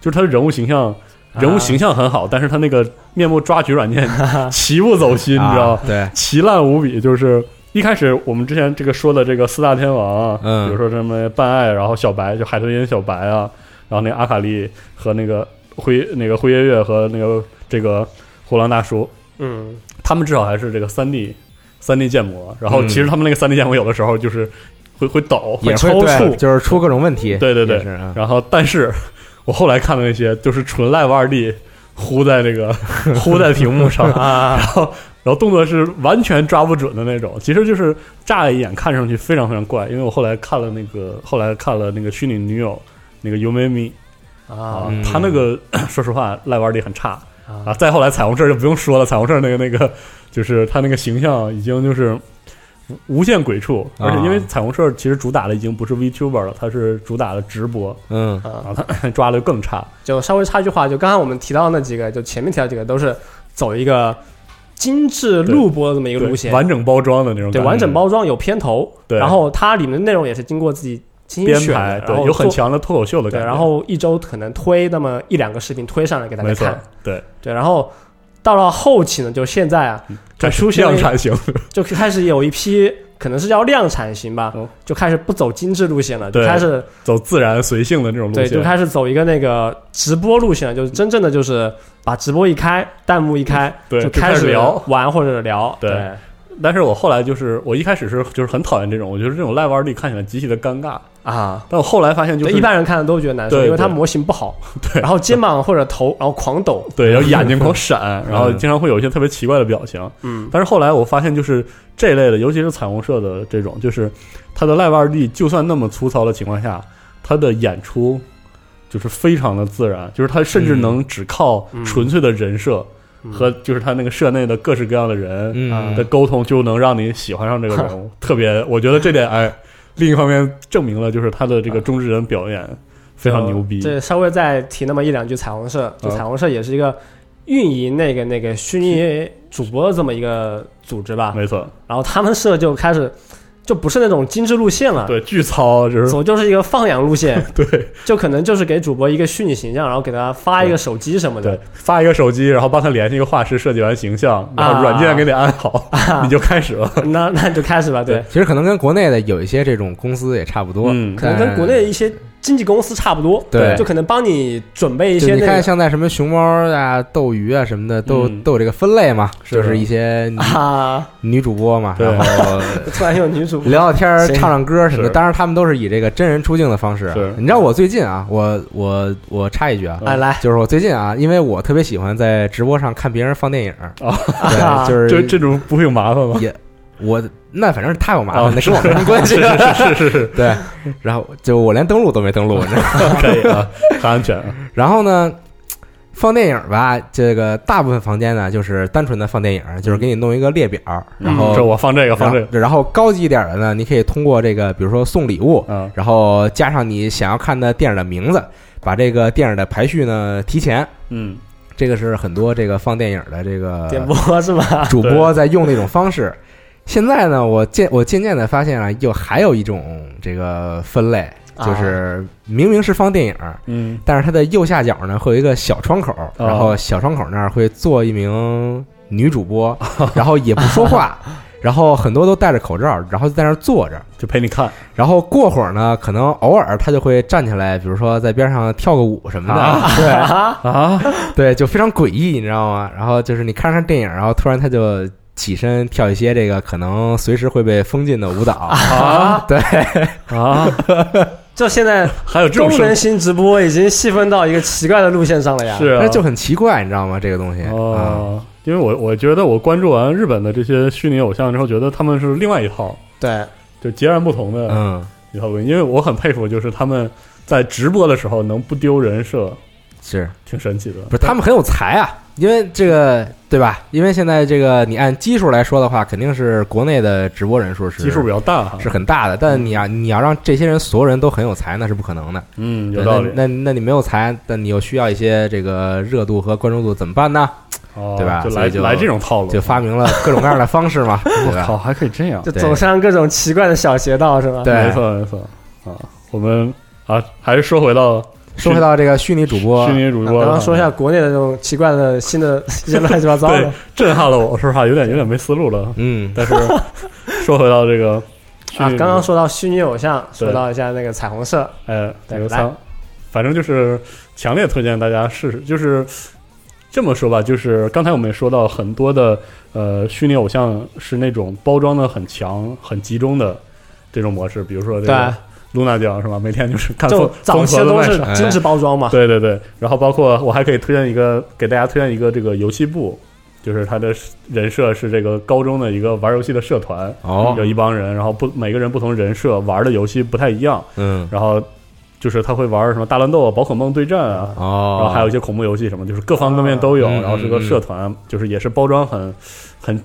就是他的人物形象。啊人物形象很好，但是他那个面部抓取软 (laughs) 件奇不走心，你知道吗啊？，对，奇烂无比。就是一开始我们之前这个说的这个四大天王啊，嗯比如说什么半爱，然后小白就海豚音小白啊，然后那个阿卡丽和那个灰那个灰月月和那个这个胡狼大叔， (laughs) 嗯，他们至少还是这个三 D 三 D 建模。然后嗯其实他们那个三 D 建模有的时候就是会会抖，也抽会对，搐。就是出各种问题。对对对也是啊，然后但是我后来看的那些就是纯赖二 D 糊在那个糊在屏幕上，啊然后 (laughs) 然后动作是完全抓不准的那种，其实就是乍一眼看上去非常非常怪。因为我后来看了那个，后来看了那个虚拟女友那个 Umami 啊啊，嗯她那个 (clears throat) 说实话赖玩力很差啊。啊！再后来彩虹社就不用说了，彩虹社那个那个 (laughs) 就是她那个形象已经就是。无无限鬼畜，而且因为啊彩虹社其实主打的已经不是 VTuber 了，它是主打的直播，嗯啊然后它 (clears throat) 抓的更差。就稍微插一句话，就刚才我们提到那几个，就前面提到几个都是走一个精致录播的这么一个对路线，完整包装的那种感觉，对完整包装有片头，对然后它里面的内容也是经过自己精编选排的，，对然，后有很做强的脱口秀的对，感觉。然后一周可能推那么一两个视频推上来给大家没错看，，对对，然后到了后期呢，就现在啊，这出现量产型，就开始有一批可能是叫量产型吧哦，就开始不走精致路线了，就对开始 (laughs) 走自然随性的这种路对，线，就开始走一个那个直播路线了，就是真正的就是把直播一开，弹幕一开，嗯对就就开始始聊玩或者聊，对对但是我后来就是，我一开始是就是很讨厌这种，我觉得这种赖弯力看起来极其的尴尬。啊。但我后来发现，就对是一般人看了都觉得难受，对因为它对模型不好， (laughs) 对然后肩膀或者头，然后狂抖，对，然后 (laughs) 眼睛狂闪，然后经常会有一些特别奇怪的表情。嗯，但是后来我发现，就是这类的，尤其是彩虹社的这种，就是它的赖腕力，就算那么粗糙的情况下，它的演出就是非常的自然，就是它甚至能只靠纯粹的人设嗯和就是他那个社内的各式各样的人啊嗯的沟通，就能让你喜欢上这个人物。特别，我觉得这点哎，另一方面证明了就是他的这个中之人表演非常牛逼。这呃稍微再提那么一两句彩虹社，就啊彩虹社也是一个运营那个那个虚拟主播的这么一个组织吧。没错，然后他们社就开始就不是那种精致路线了，对，巨糙，就是走就是一个放养 (laughs) 路线，对就可能就是给主播一个虚拟形象，然后给他发一个手机什么对的。，发一个手机，然后帮他联系一个画师，设计完形象，啊然后软件给你安好， (laughs) 你就开始了。啊 (laughs) 那那就开始吧，对，其实可能跟国内的有一些这种公司也差不多，哎嗯可能跟国内的一些经纪公司差不多，对就可能帮你准备一就些你那看，个像在什么熊猫啊、斗鱼啊什么的，都、嗯都有这个分类嘛，是就是一些女,、啊，女主播嘛，对然后 (laughs) 突然有女主播聊聊天儿、谁唱唱歌什么的。是当然，他们都是以这个真人出镜的方式是。你知道我最近啊，我我我插一句啊， (laughs) 哎来就是我最近啊，因为我特别喜欢在直播上看别人放电影，哦对，就是这这种不会有麻烦吗？也我那反正是太有麻哦烦了，跟我没什么关系。啊 (laughs) 是是是， (laughs) 对，然后就我连登录都没登录， (laughs) 你知道吗可以啊，很安全啊。然后呢，放电影吧，这个大部分房间呢就是单纯的放电影，就是给你弄一个列表，然后、嗯这我放这个，然放后这个，然后高级一点的呢，你可以通过这个，比如说送礼物，嗯然后加上你想要看的电影的名字，把这个电影的排序呢提前。嗯，这个是很多这个放电影的这啊个点 (laughs) 播 (laughs) 是吧？主播在用的一种方式。现在呢，我渐我渐渐的发现啊，又还有一种这个分类，就是啊明明是放电影，嗯，但是它的右下角呢会有一个小窗口，然后小窗口那儿会坐一名女主播， (laughs) 然后也不说话，然后很多都戴着口罩，然后就在那儿坐着。就陪你看然后过会儿呢，可能偶尔她就会站起来，比如说在边上跳个舞什么的， (laughs) 啊，啊，对，就非常诡异，你知道吗？然后就是你看着看电影，然后突然他就起身跳一些这个可能随时会被封禁的舞蹈啊， (laughs) 对，啊，就现在还有这种功声能型直播已经细分到一个奇怪的路线上了呀。是啊那，就很奇怪，你知道吗？这个东西啊，哦。因为我我觉得我关注完日本的这些虚拟偶像之后，觉得他们是另外一套，对，就截然不同的嗯，一套东西。因为我很佩服，就是他们在直播的时候能不丢人设，是挺神奇的。不是他们很有才啊？因为这个对吧？因为现在这个你按基数来说的话，肯定是国内的直播人数是基数比较嗯大哈，是很大的，但你要你要让这些人所有人都很有才，那是不可能的。嗯，有对道理，那那那你没有才，但你又需要一些这个热度和关注度，怎么办呢？哦对吧就所来以就来这种套路，就发明了各种各样的方式 (laughs) 嘛，对我吧？靠，还可以这样，就对走上各种奇怪的小邪道是吧？对没错没错啊，我们啊，还是说回到说回到这个虚拟主播啊虚，拟主播，啊刚刚说一下国内的这种奇怪的新的一些乱七八糟对的，震撼了我，说实话有点有点没思路 (laughs) 了，嗯，但是说回到这个虚啊拟主播，刚刚说到虚拟偶像，对说到一下那个彩虹社，哎，对刘来仓，反正就是强烈推荐大家试试。就是这么说吧，就是刚才我们也说到很多的呃虚拟偶像是那种包装的很强、很集中的这种模式，比如说这对个露娜酱是吧？每天就是看就疯早期疯都狂是啊的卖精致包装嘛。对对对，然后包括我还可以推荐一个，给大家推荐一个这个游戏部，就是他的人设是这个高中的一个玩游戏的社团，哦有一帮人，然后不每个人不同人设，玩的游戏不太一样，嗯，然后就是他会玩什么大乱斗啊、宝可梦对战啊，哦，然后还有一些恐怖游戏什么，就是各方各面都有。嗯然后是个社团，就是也是包装很很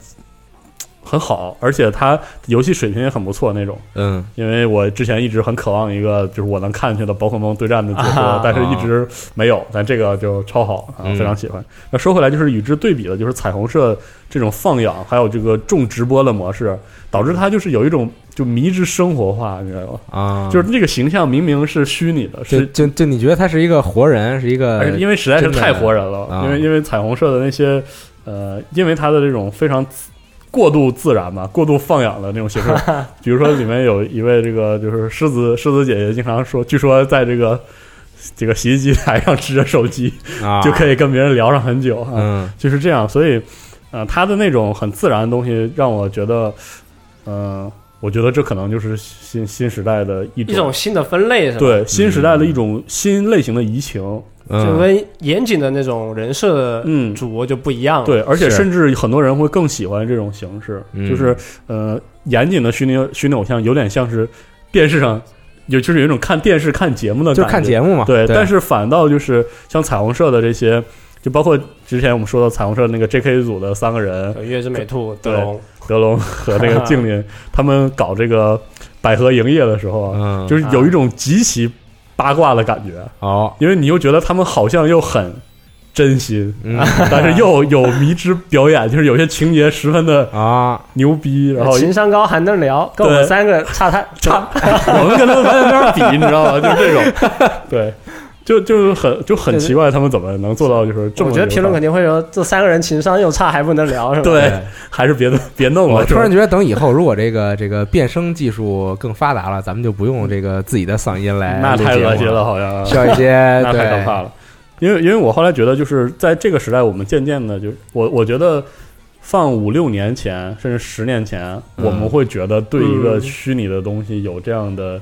很好，而且它游戏水平也很不错那种。嗯，因为我之前一直很渴望一个就是我能看下去的宝可梦对战的解说，啊但是一直没有。但这个就超好啊，嗯非常喜欢。那说回来，就是与之对比的，就是彩虹社这种放养，还有这个重直播的模式，导致它就是有一种就迷之生活化，你知道吗？嗯啊，就是这个形象明明是哎虚拟的，就是就就你觉得他是一个活人，是一而且个因为实在是呃真的太活人了，啊因为因为彩虹社的那些呃，因为它的这种非常自过度自然嘛，过度放养的那种 (laughs) 写法，比如说里面有一位这个就是狮子狮子姐姐经常说，据说在这个这个洗衣机台上支着手机、啊，就可以跟别人聊上很久啊，嗯就是这样，所以呃，他的那种很自然的东西让我觉得，嗯、我觉得这可能就是新新时代的一一种新的分类是吧？对新时代的一种新类型的移情，就嗯跟严谨的那种人设的嗯，主播就不一样了。对，而且是甚至很多人会更喜欢这种形式，嗯就是呃，严谨的虚拟虚拟偶像有点像是电视上有就是有一种看电视看节目的感觉，就看节目嘛，对，但是是反倒就是像彩虹社的这些，就包括之前我们说到彩虹社那个 J.K. 组的三个人有月之美兔、对德龙，德龙和那个静 (laughs) 林，他们搞这个百合营业的时候啊，嗯，就是有一种极其八卦的感觉，哦， (laughs) 因为你又觉得他们好像又很真心，嗯 (laughs) 但是又有迷之表演，就是有些情节十分的啊，牛逼，然后 (laughs) 情商高还能聊，跟我们对三个差太差。 (laughs) 我们跟他们完全没法比，你知道吗？就是这种，对，就就是很就很奇怪，他们怎么能做到就是这么流畅？我觉得评论肯定会说，这三个人情商又差还不能聊是 (laughs) 吧？对，还是别别弄 (laughs) 我了。突然就觉得，等以后如果这个这个变声技术更发达了，咱们就不用这个自己的嗓音来那录太节目恶哎心了，，好像需要一些 (laughs) 那哎对太可怕了。因为因为我后来觉得，就是在这个时代，我们渐渐的就我我觉得。放五六年前，甚至十年前，嗯我们会觉得对一个嗯虚拟的东西有这样的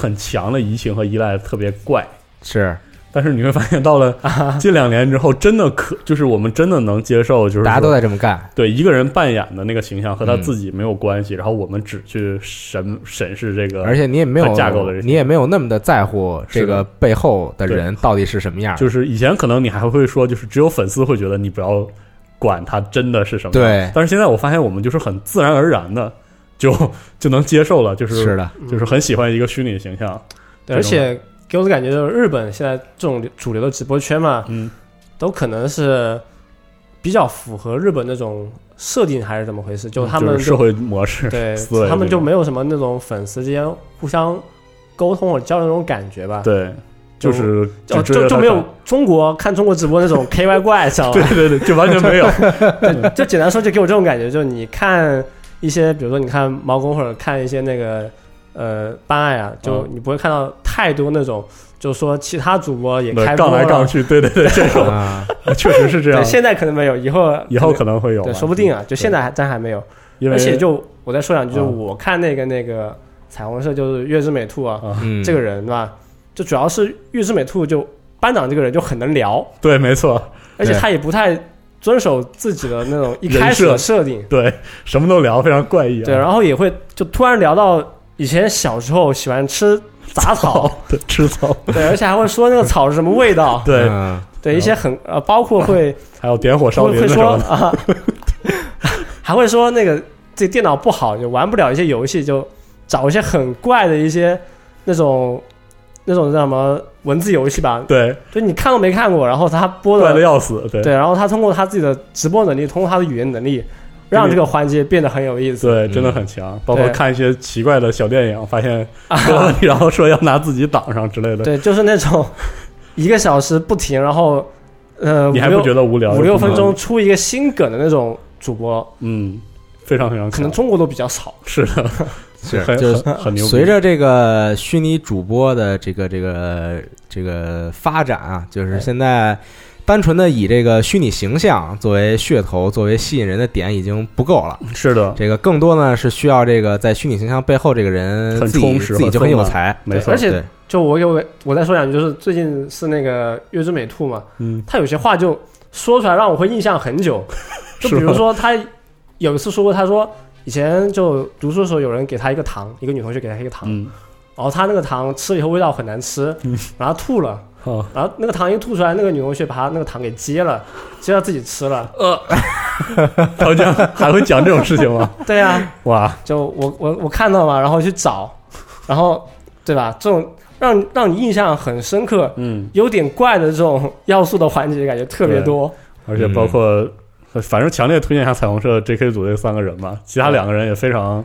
很强的移情和依赖，特别怪。是但是你会发现，到了啊近两年之后，真的可就是我们真的能接受，就是大家都说在这么干，对一个人扮演的那个形象和他嗯自己没有关系，然后我们只去审审视这个，而且你也没有它架构的这些你也没有那么的在乎这是个的背后的人到底是什么样儿，就是以前可能你还会说，就是只有粉丝会觉得你不要管他真的是什么，对但是现在我发现，我们就是很自然而然的就就能接受了，就是 (laughs) 的，就是很喜欢一个虚拟的形象，对，而且给我的感觉就是，日本现在这种主流的直播圈嘛，嗯，都可能是比较符合日本那种设定还是怎么回事？就他们嗯是社会模式， (laughs) 对思维，他们就没有什么那种粉丝之间互相沟通或者交流那种感觉吧？，对，就是就追着就就他没有哦看中国看中国直播那种 K Y 怪，知道对吧？对对，就完全没有，就简单说，就给我这种感觉，就是你看一些，比如说你看毛公或者看一些那个呃班爱啊，就嗯你不会看到太多那种，就是说其他主播 (laughs) 也开播杠来了杠去，啊对对对，这 (laughs) 种啊，确实是这对，样。现在可能没有，以后以后可能能会有吧，对，说不定啊，就现在还咱还没有。因为而且就我再说两句，就是嗯我看那个那个彩虹社就是月之美兔啊，啊嗯，这个人对吧？就主要是月之美兔就班长这个人就很能聊，对，没错，而且对他也不太遵守自己的那种一开始的人设定，对，什么都聊，非常怪异、啊。对，然后也会就突然聊到以前小时候喜欢吃杂 (laughs) 草，草，对，吃草，，对，而且还会说那个草是什么味道 (laughs) 对，嗯对，一些很呃，包括 (laughs) 会还有点火烧会林会的什说么的，啊， (laughs) 还会说那个这电脑不好，就玩不了一些游戏，就找一些很怪的一些那种那种叫什么文字游戏吧，对，就你看都没看过，然后他播怪的的要死，对啊对，然后他通过他自己的直播能力，通过他的语言能力，让这个环节变得很有意思。对真的很强。包括对看一些奇怪的小电影，发现啊出了 (laughs) 问题，然后说要拿自己挡上之类的，对，就是那种一个小时不停，然后呃，你还五六不觉得无聊？五六就不分能钟，出一个新梗的那种主播，嗯，非常非常可能强中国都比较少。是的，是很就是很很牛逼。随着这个虚拟主播的这个这个这个发展啊，就是现在单纯的以这个虚拟形象作为噱头、作为吸引人的点已经不够了。是的，这个更多呢是需要这个在虚拟形象背后这个人很自己充实自己就很有才。没错而，且对就我有我再说两句，就是最近是那个月之美兔嘛，嗯，他有些话就说出来让我会印象 (laughs) 很久。就比是如吧说他有一次说过，他说以前就读书的时候有人给他一个糖，一个女同学给他一个糖，嗯，然后他那个糖吃了以后味道很难吃，嗯然后他吐了，好，然后那个糖一吐出来，那个女同学把他那个糖给接了，接了自己吃了，呃，陶江 (laughs) 还会讲这种事情吗？ (laughs) 对啊呀、哇，就我我我看到嘛，然后去找， (laughs) 然后对吧？这种让让你印象很深刻、嗯，有点怪的这种要素的环节，感觉特别多。而且嗯包括，反正强烈推荐一下彩虹社 J.K. 组这三个人吧，其他两个人也非常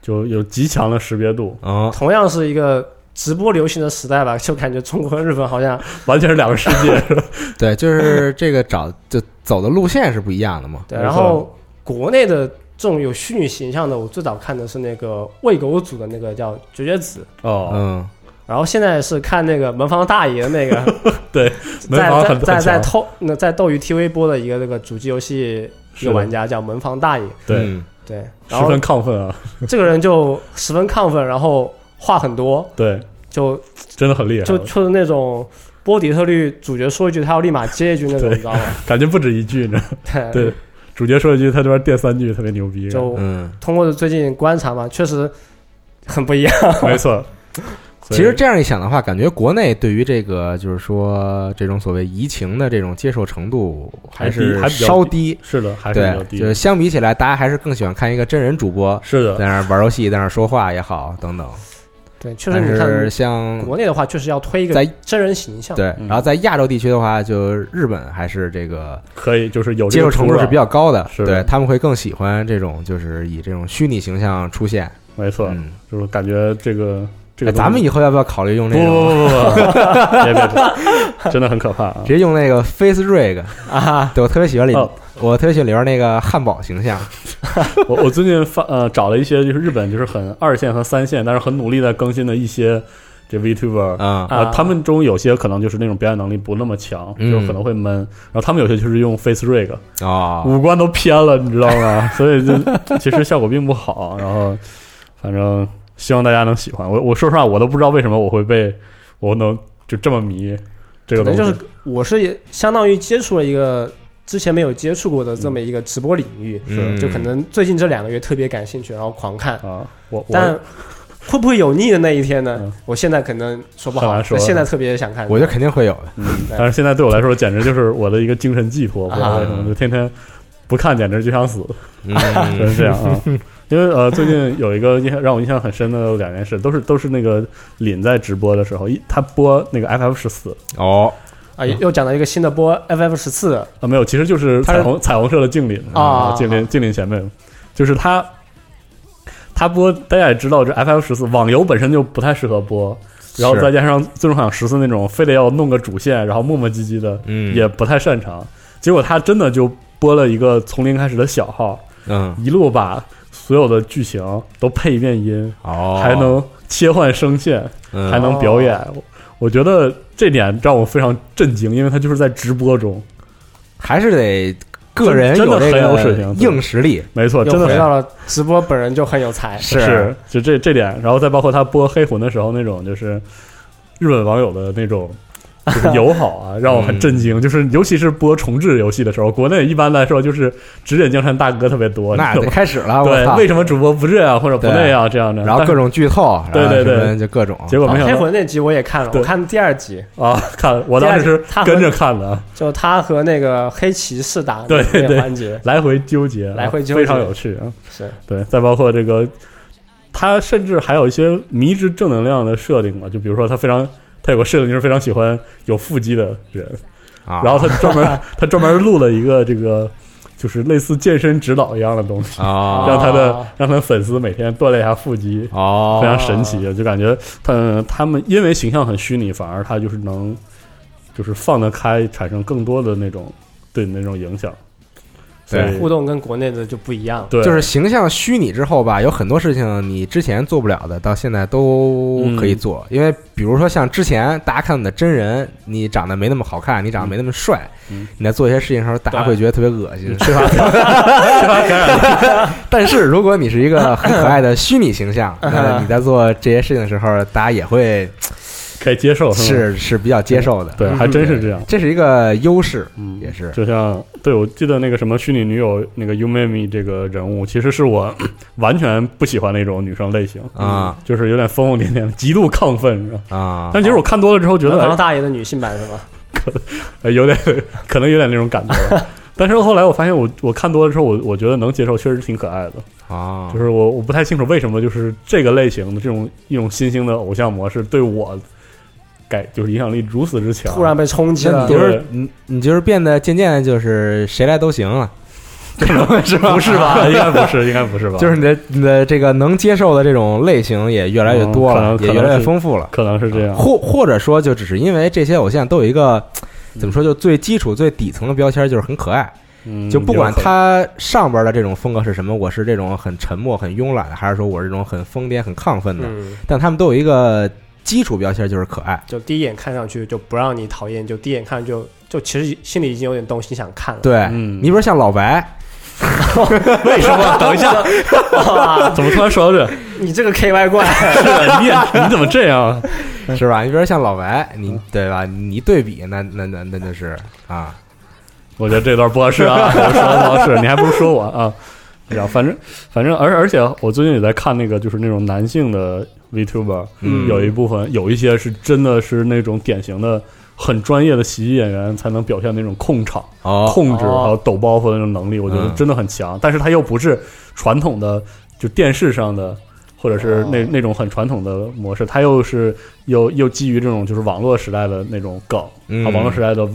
就有极强的识别度，嗯，同样是一个直播流行的时代吧，就感觉中国和日本好像完全是两个世 (laughs) 界。是吧对，就是这个找就走的路线是不一样的嘛。对。没错然后国内的这种有虚拟形象的，我最早看的是那个喂狗组的那个叫绝绝子，哦，嗯，然后现在是看那个门房大爷 (laughs) 的那个对，门在房在很在很在强斗那在斗鱼 TV 播的一个那个主机游戏一是个的玩家叫门房大爷，对，嗯对，然十后分亢奋啊， (laughs) 这个人就十分亢奋，然后话很多，对，就真的很厉害就，就是那种波迪特律主角说一句，他要立马接一句那种，对你知道 (laughs) 吗？感觉不止一句呢。对，主角说一句，他这边垫三句，特别牛逼。就嗯，通过最近观察嘛，确实很不一样。 (laughs) 没错，其实这样一想的话，感觉国内对于这个就是说这种所谓移情的这种接受程度还是还低还比较低稍低。是的，还是比较对，低就。是相比起来，大家还是更喜欢看一个真人主播是的，在那儿玩游戏，在那儿说话也好，等等。对，确实但你是看像国内的话，确实要推一个在真人形象。对，嗯然后在亚洲地区的话，就日本还是这个可以，就是有这接受个程度土壤是比较高的，是的对他们会更喜欢这种就是以这种虚拟形象出现。没错，嗯，就是感觉这个这个哎咱东们西以后要不要考虑用不这不种不不不，别别别，真的很可怕啊直！接用那个 (laughs) Face Rig 啊？对我特别喜欢里，哦我特别喜欢里边那个汉堡形象。我我最近发呃找了一些就是日本就是很二线和三线，但是很努力在更新的一些这 VTuber，啊，啊啊，他们中有些可能就是那种表演能力不那么强，嗯就是可能会闷。然后他们有些就是用 face rig，啊哦，五官都偏了，你知道 (laughs) 吗？所以就其实效果并不好。然后反正希望大家能喜欢。我我说实话，我都不知道为什么我会被我能就这么迷这个可东能西。就是我是也相当于接触了一个之前没有接触过的嗯这么一个直播领域，嗯就可能最近这两个月特别感兴趣，然后狂看，啊，我但我会不会有腻的那一天呢？嗯我现在可能说不很好，难说啊但现在特别想看，我觉得肯定会有的。嗯，但是现在对我来说简直就是我的一个精神寄 (laughs) 托，不知道为什么啊就天天不看简直就想死。就嗯是这样啊。因为呃，最近有一个印象让我印象很深的两件事，都是都是那个凛在直播的时候，一他播那个 FF 十四哦，啊，嗯又又讲到一个新的播 FF 十四，啊，没有，其实就是他是彩虹彩虹社的静凛啊静凛静凛前辈，就是他他播，大家也知道，这 FF 十四网游本身就不太适合播，然后是再加上最终幻想十四那种非得要弄个主线，然后磨磨唧唧的，嗯也不太擅长。结果他真的就播了一个从零开始的小号，嗯一路把所有的剧情都配一遍音，哦，还能切换声线，嗯还能表演。我我觉得这点让我非常震惊，因为他就是在直播中，还是得个人真真的这很有个水平对硬实力没错，又真的回是到了直播本人就很 (laughs) 有才，是是就这这点，然后再包括他播黑魂的时候那种就是日本网友的那 (laughs) 种。就是友好啊，让我嗯很震惊。就是尤其是播重置游戏的时候，国内一般来说就是指点江山大哥特别多，那你就懂吗开始了，我 (laughs) 对，操！为什么主播不这样或者不对那样这样的？然后但各是种剧透，对然后对对什么就各种，啊结果没想黑到魂那集我也看了，对我看第二集，啊，看我当时第二集是他和跟着看的，就他和那个黑骑士打对那个对环节来回纠结，啊来回纠结非常有趣啊。是对，再包括这个，他甚至还有一些迷之正能量的设定嘛，就比如说他非常，他有个设定就是非常喜欢有腹肌的人，啊，然后他专门他专门录了一个这个，就是类似健身指导一样的东西，啊然让他的、哦让他的粉丝每天锻炼一下腹肌，哦，非常神奇，就感觉他他们因为形象很虚拟，反而他就是能就是放得开，产生更多的那种对你的那种影响，所对以互动跟国内的就不一样了，对就是形象虚拟之后吧，有很多事情你之前做不了的，到现在都可嗯以做。因为比如说像之前大家看你的真人，你长得没那么好看，你长得没那么帅，嗯你在做一些事情的时候，大家会觉得特别恶心。缺乏 (laughs) 缺乏感染力。但是如果你是一个很可爱的虚拟 (laughs) 形象，那你在做这些事情的时候，大家也会可以接受，是吗 (laughs) 是是比较接受的。嗯对，嗯还真是这样。这是一个优势，嗯也是就像对我记得那个什么虚拟女友那个 Umami 这个人物，其实是我 (coughs) 完全不喜欢那种女生类型啊，就是有点疯疯癫癫，极度亢奋，是吧？啊。但其实我看多了之后觉南得方大爷的女性版是吧？ (laughs) (laughs) 哎有点可能有点那种感觉。但是后来我发现我，我看多了之后，我我觉得能接受，确实挺可爱的。啊就，是我我不太清楚为什么，就是这个类型的这种一种新兴的偶像模式对我改就是影响力如此之强。突然被冲击那了你就，是对你，你就是变得渐渐的就是谁来都行了，是吧？ (laughs) 不是 (laughs) 吧？应该不是，应该不是吧？就是你的你的这个能接受的这种类型也越来越多了，嗯可能可也能越来越是丰富了。可能是这样。或或者说，就只是因为这些偶像都有一个怎么说，就最基础、最底层的标签，就是很可爱。嗯就不管他上边的这种风格是什么，我是这种很沉默、很慵懒的，还是说我是这种很疯癫、很亢奋的，嗯，但他们都有一个基础标签，就是可爱。就第一眼看上去就不让你讨厌，就第一眼看就就其实心里已经有点东西想看了。对，嗯你比如像老白， (laughs) 为什么？等一下， (laughs) 哇，怎么突然说到这？你这个 K Y 怪， (laughs) 是啊的，你也你怎么这样？啊是吧？你比如像老白，嗯你对吧？你对比，那那那那就是啊， (laughs) 我觉得这段不合适 (laughs) 啊，我说的不合适，你还不如说我啊。然后反正反正，而而且我最近也在看那个，就是那种男性的 VTuber，嗯有一部分有一些是真的是那种典型的很专业的喜剧演员才能表现那种控场、哦，控制哦还有抖包袱的那种能力，我觉得嗯真的很强。但是他又不是传统的就电视上的。或者是那哦那种很传统的模式，他又是又又基于这种就是网络时代的那种梗，嗯啊，网络时代的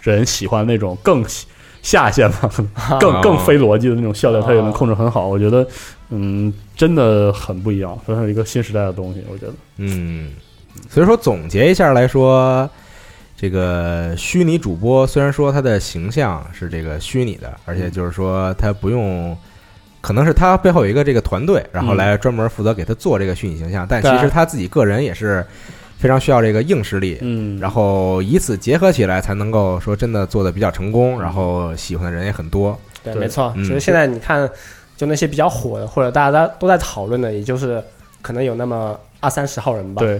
人喜欢那种更喜下线 (laughs) 嘛，啊更更非逻辑的那种笑料，他也能啊控制很好。我觉得，嗯，真的很不一样，算是一个新时代的东西。我觉得，嗯，所以说总结一下来说，这个虚拟主播虽然说他的形象是这个虚拟的，而嗯且就是说他不用，可能是他背后有一个这个团队，嗯然后来专门负责给他做这个虚拟形象，但其实对他自己个人也是非常需要这个硬实力。嗯然后以此结合起来，才能够说真的做的比较成功，嗯然后喜欢的人也很多。对，对没错。嗯其实现在你看，就那些比较火的，或者大家都在讨论的，也就是可能有那么二三十号人吧。，对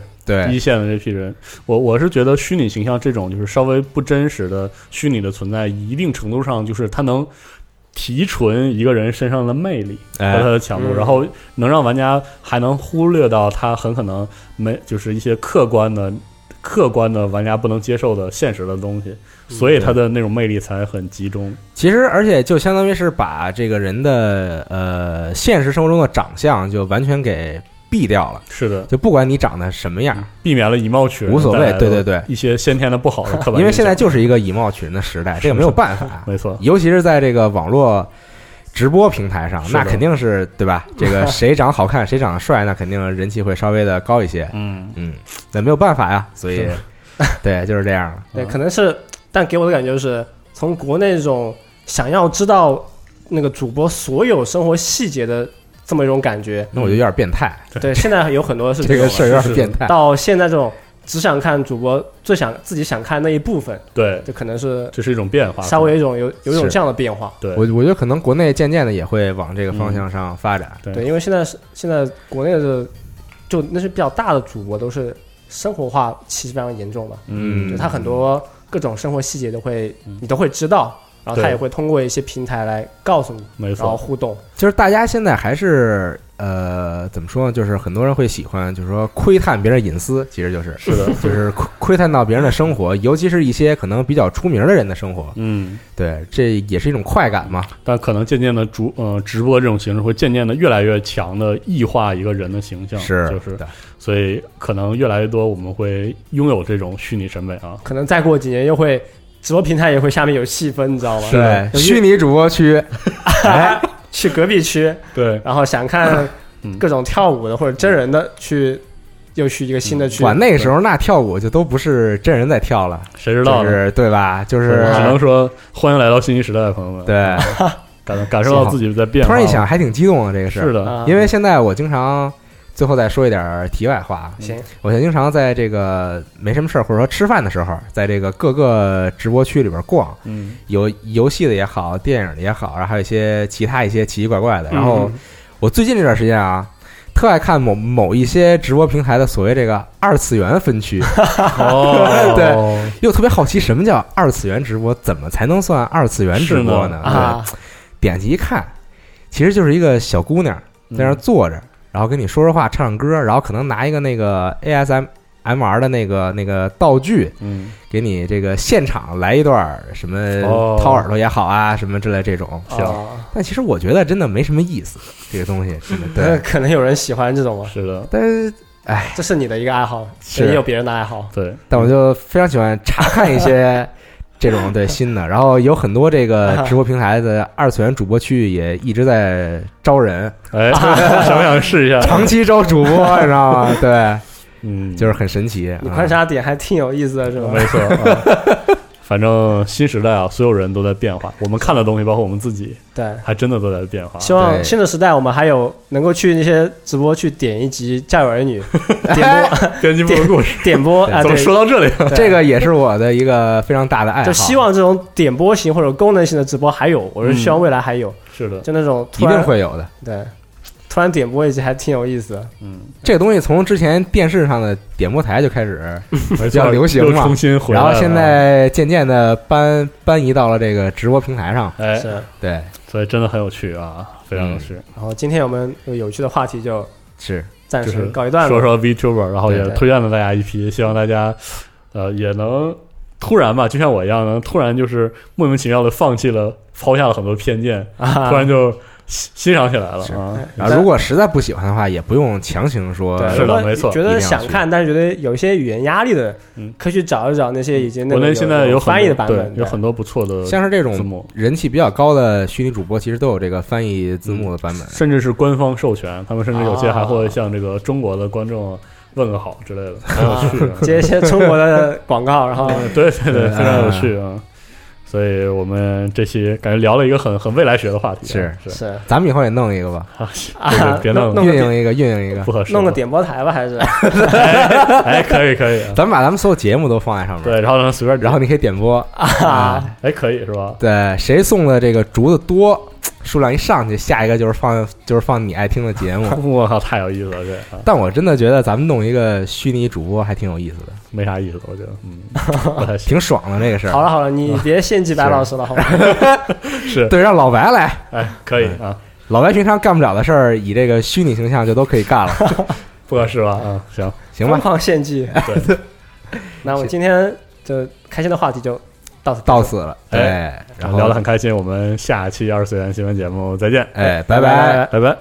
一对，线的这批人，我我是觉得虚拟形象这种就是稍微不真实的虚拟的存在，一定程度上就是它能提纯一个人身上的魅力和哎他，的强度，嗯然后能让玩家还能忽略到他很可能没就是一些客观的。客观的玩家不能接受的现实的东西，嗯所以他的那种魅力才很集中。其实，而且就相当于是把这个人的呃现实生活中的长相就完全给避掉了，是的，就不管你长得什么样，避免了以貌取人，嗯无所谓对对对一些先天的不好的刻板印象。因为现在就是一个以貌取人的时代，这个没有办法，没错，尤其是在这个网络直播平台上，是的那肯定是对吧？这个谁长得好看，谁长得帅，那肯定人气会稍微的高一些。嗯，嗯，那没有办法呀，所以是 (laughs) 对，就是这样了。对，可能是，但给我的感觉就是，从国内这种想要知道那个主播所有生活细节的这么一种感觉，那我就有点变态，对，现在有很 (laughs) 多是这个种事儿有点变态。到现在这种只想看主播最想自己想看那一部分，对，就可能是这是一种变化，稍微有一种有有一种是这样的变化。对我我觉得可能国内渐渐的也会往这个方向上发展。对对，因为现在是现在国内的就那些比较大的主播都是生活化其实非常严重嘛，嗯就他很多各种生活细节都会你都会知道，然后他对也会通过一些平台来告诉你，没嗯然错，后互动。就是大家现在还是呃，怎么说呢？就是很多人会喜欢，就是说窥探别人隐私，其实就是是的， (laughs) 就是窥窥探到别人的生活，尤其是一些可能比较出名的人的生活。嗯，对，这也是一种快感嘛。但可能渐渐的主呃直播这种形式会渐渐的越来越强的异化一个人的形象，是，嗯就是，的，所以可能越来越多我们会拥有这种虚拟审美啊，可能再过几年又会直播平台也会下面有细分，你知道吗？ (laughs) 对，有一虚拟主播区，哎，去隔壁区，对，然后想看嗯各种跳舞的或者真人的去。又去一个新的区，哇，那个时候那跳舞就都不是真人在跳了，谁知道呢？就是对吧？就我只能是说欢迎来到信息时代，朋友们，对，感感受到自己在变突化，然一想，还挺激动的这个事儿是的，啊因为现在我经常最后再说一点儿题外话啊，行，我现在经常在这个没什么事儿或者说吃饭的时候，在这个各个直播区里边逛， (laughs) 嗯，有游戏的也好，电影的也好，然后还有一些其他一些奇奇怪怪嗯的。然后我最近这段时间啊。特爱看某某一些直播平台的所谓这个二次元分区，，哦又特别好奇什么叫二次元直播，怎么才能算二次元直播呢？是啊，对，点击一看，其实就是一个嗯小嗯姑娘，在那儿坐着，然后跟你说说话、唱唱歌，然后可能拿一个那个 ASM M R 的那个那个道具，嗯，给你这个现场来一段儿什么哦掏耳朵也好啊，什么之类这种。行啊但其实我觉得真的没什么意思，这个东 (laughs) 西真的那对。可能有人喜欢这种吧，是的，但是这是你的一个爱好，是也有别人的爱好。对，但我就非常喜欢查看一 (laughs) 些这种对新的，然后有很多这啊个直播平台的二次元主播区域也一直在招人，哎， (laughs) 想不想试一下？长期招主 (laughs) 播，你知道吗？对，嗯，就是很神奇。你啊观察点还挺有意思的，是吧？没错。啊反正新时代啊，所有人都在变化，我们看的东西，包括我们自己，对，还真的都在变化。希望对，新的时代我们还有能够去那些直播去点一集《家有儿女》(laughs) 点播编辑部的故事 (laughs) 点播对啊，哎怎么对，说到这里？对这个也是我的一个非常大的爱好，就希望这种点播型或者功能型的直播还有，嗯我是希望未来还有，是的，就那种突一定然会有的。对，突然点播一集还挺有意思的。嗯，这个东西从之前电视上的点播台就开始，比较流行嘛又重新回来然了。后现，在渐渐的搬搬移到了这个直播平台上。哎是，，对，所以真的很有趣啊，非常有嗯趣。然后今天我们有有趣的话题就是暂就是时告一段说落。说 VTuber，然后也对对推荐了大家一批，希望大家呃也能突然吧，就像我一样，能突然就是莫名其妙的放弃了，抛下了很多偏见，啊突然就欣欣赏起来了是啊。然后如果实在不喜欢的话，也不用强行说对，是的如果没错觉一定要得想去看，但是觉得有一些语言压力的嗯，可以去找一找那些已经那国个内现在有很翻译的多版对本，有很多不错的，像是这字种幕人气比较高的虚拟主播，其实都有这个翻译字幕的版本。甚至是官方授权，他们甚至有些啊还会向这个中国的观众问个好之类的，很有趣啊。对接一些中国的广告，然 (laughs) 后嗯对对对，对非常有趣啊。所以我们这期感觉聊了一个很很未来学的话题啊，是是是咱们以后也弄一个吧， (laughs) 啊这 (laughs) 个别弄了弄个运营一个，运营一个不，合适，啊弄个点播台吧，还是 (laughs) 哎，可以可以 (laughs) 啊，咱们把咱们所有节目都放在上面，对，然后呢随便点，然后你可以点播啊。哎可以是吧？对，谁送的这个竹子多，数量一上去，下一个就是放就是放你爱听的节 (laughs) 目。我靠，太有意思了，这啊但我真的觉得咱们弄一个虚拟主播还挺有意思的，没啥意思，我觉得，嗯，不太行。挺爽的这个事好儿。了好了，你别献祭白老师了，好吗？是， (laughs) 对，让老白来，哎，可以啊，老白平常干不了的事儿，以这个虚拟形象就都可以干了，不合适吧？啊， (laughs) 行，行 (laughs) 疯吧？狂献祭。那我们今天就开心的话题就到此到。此了，对，然后聊得很开心，我们下期二次元新闻节目再见，哎，拜拜拜拜拜。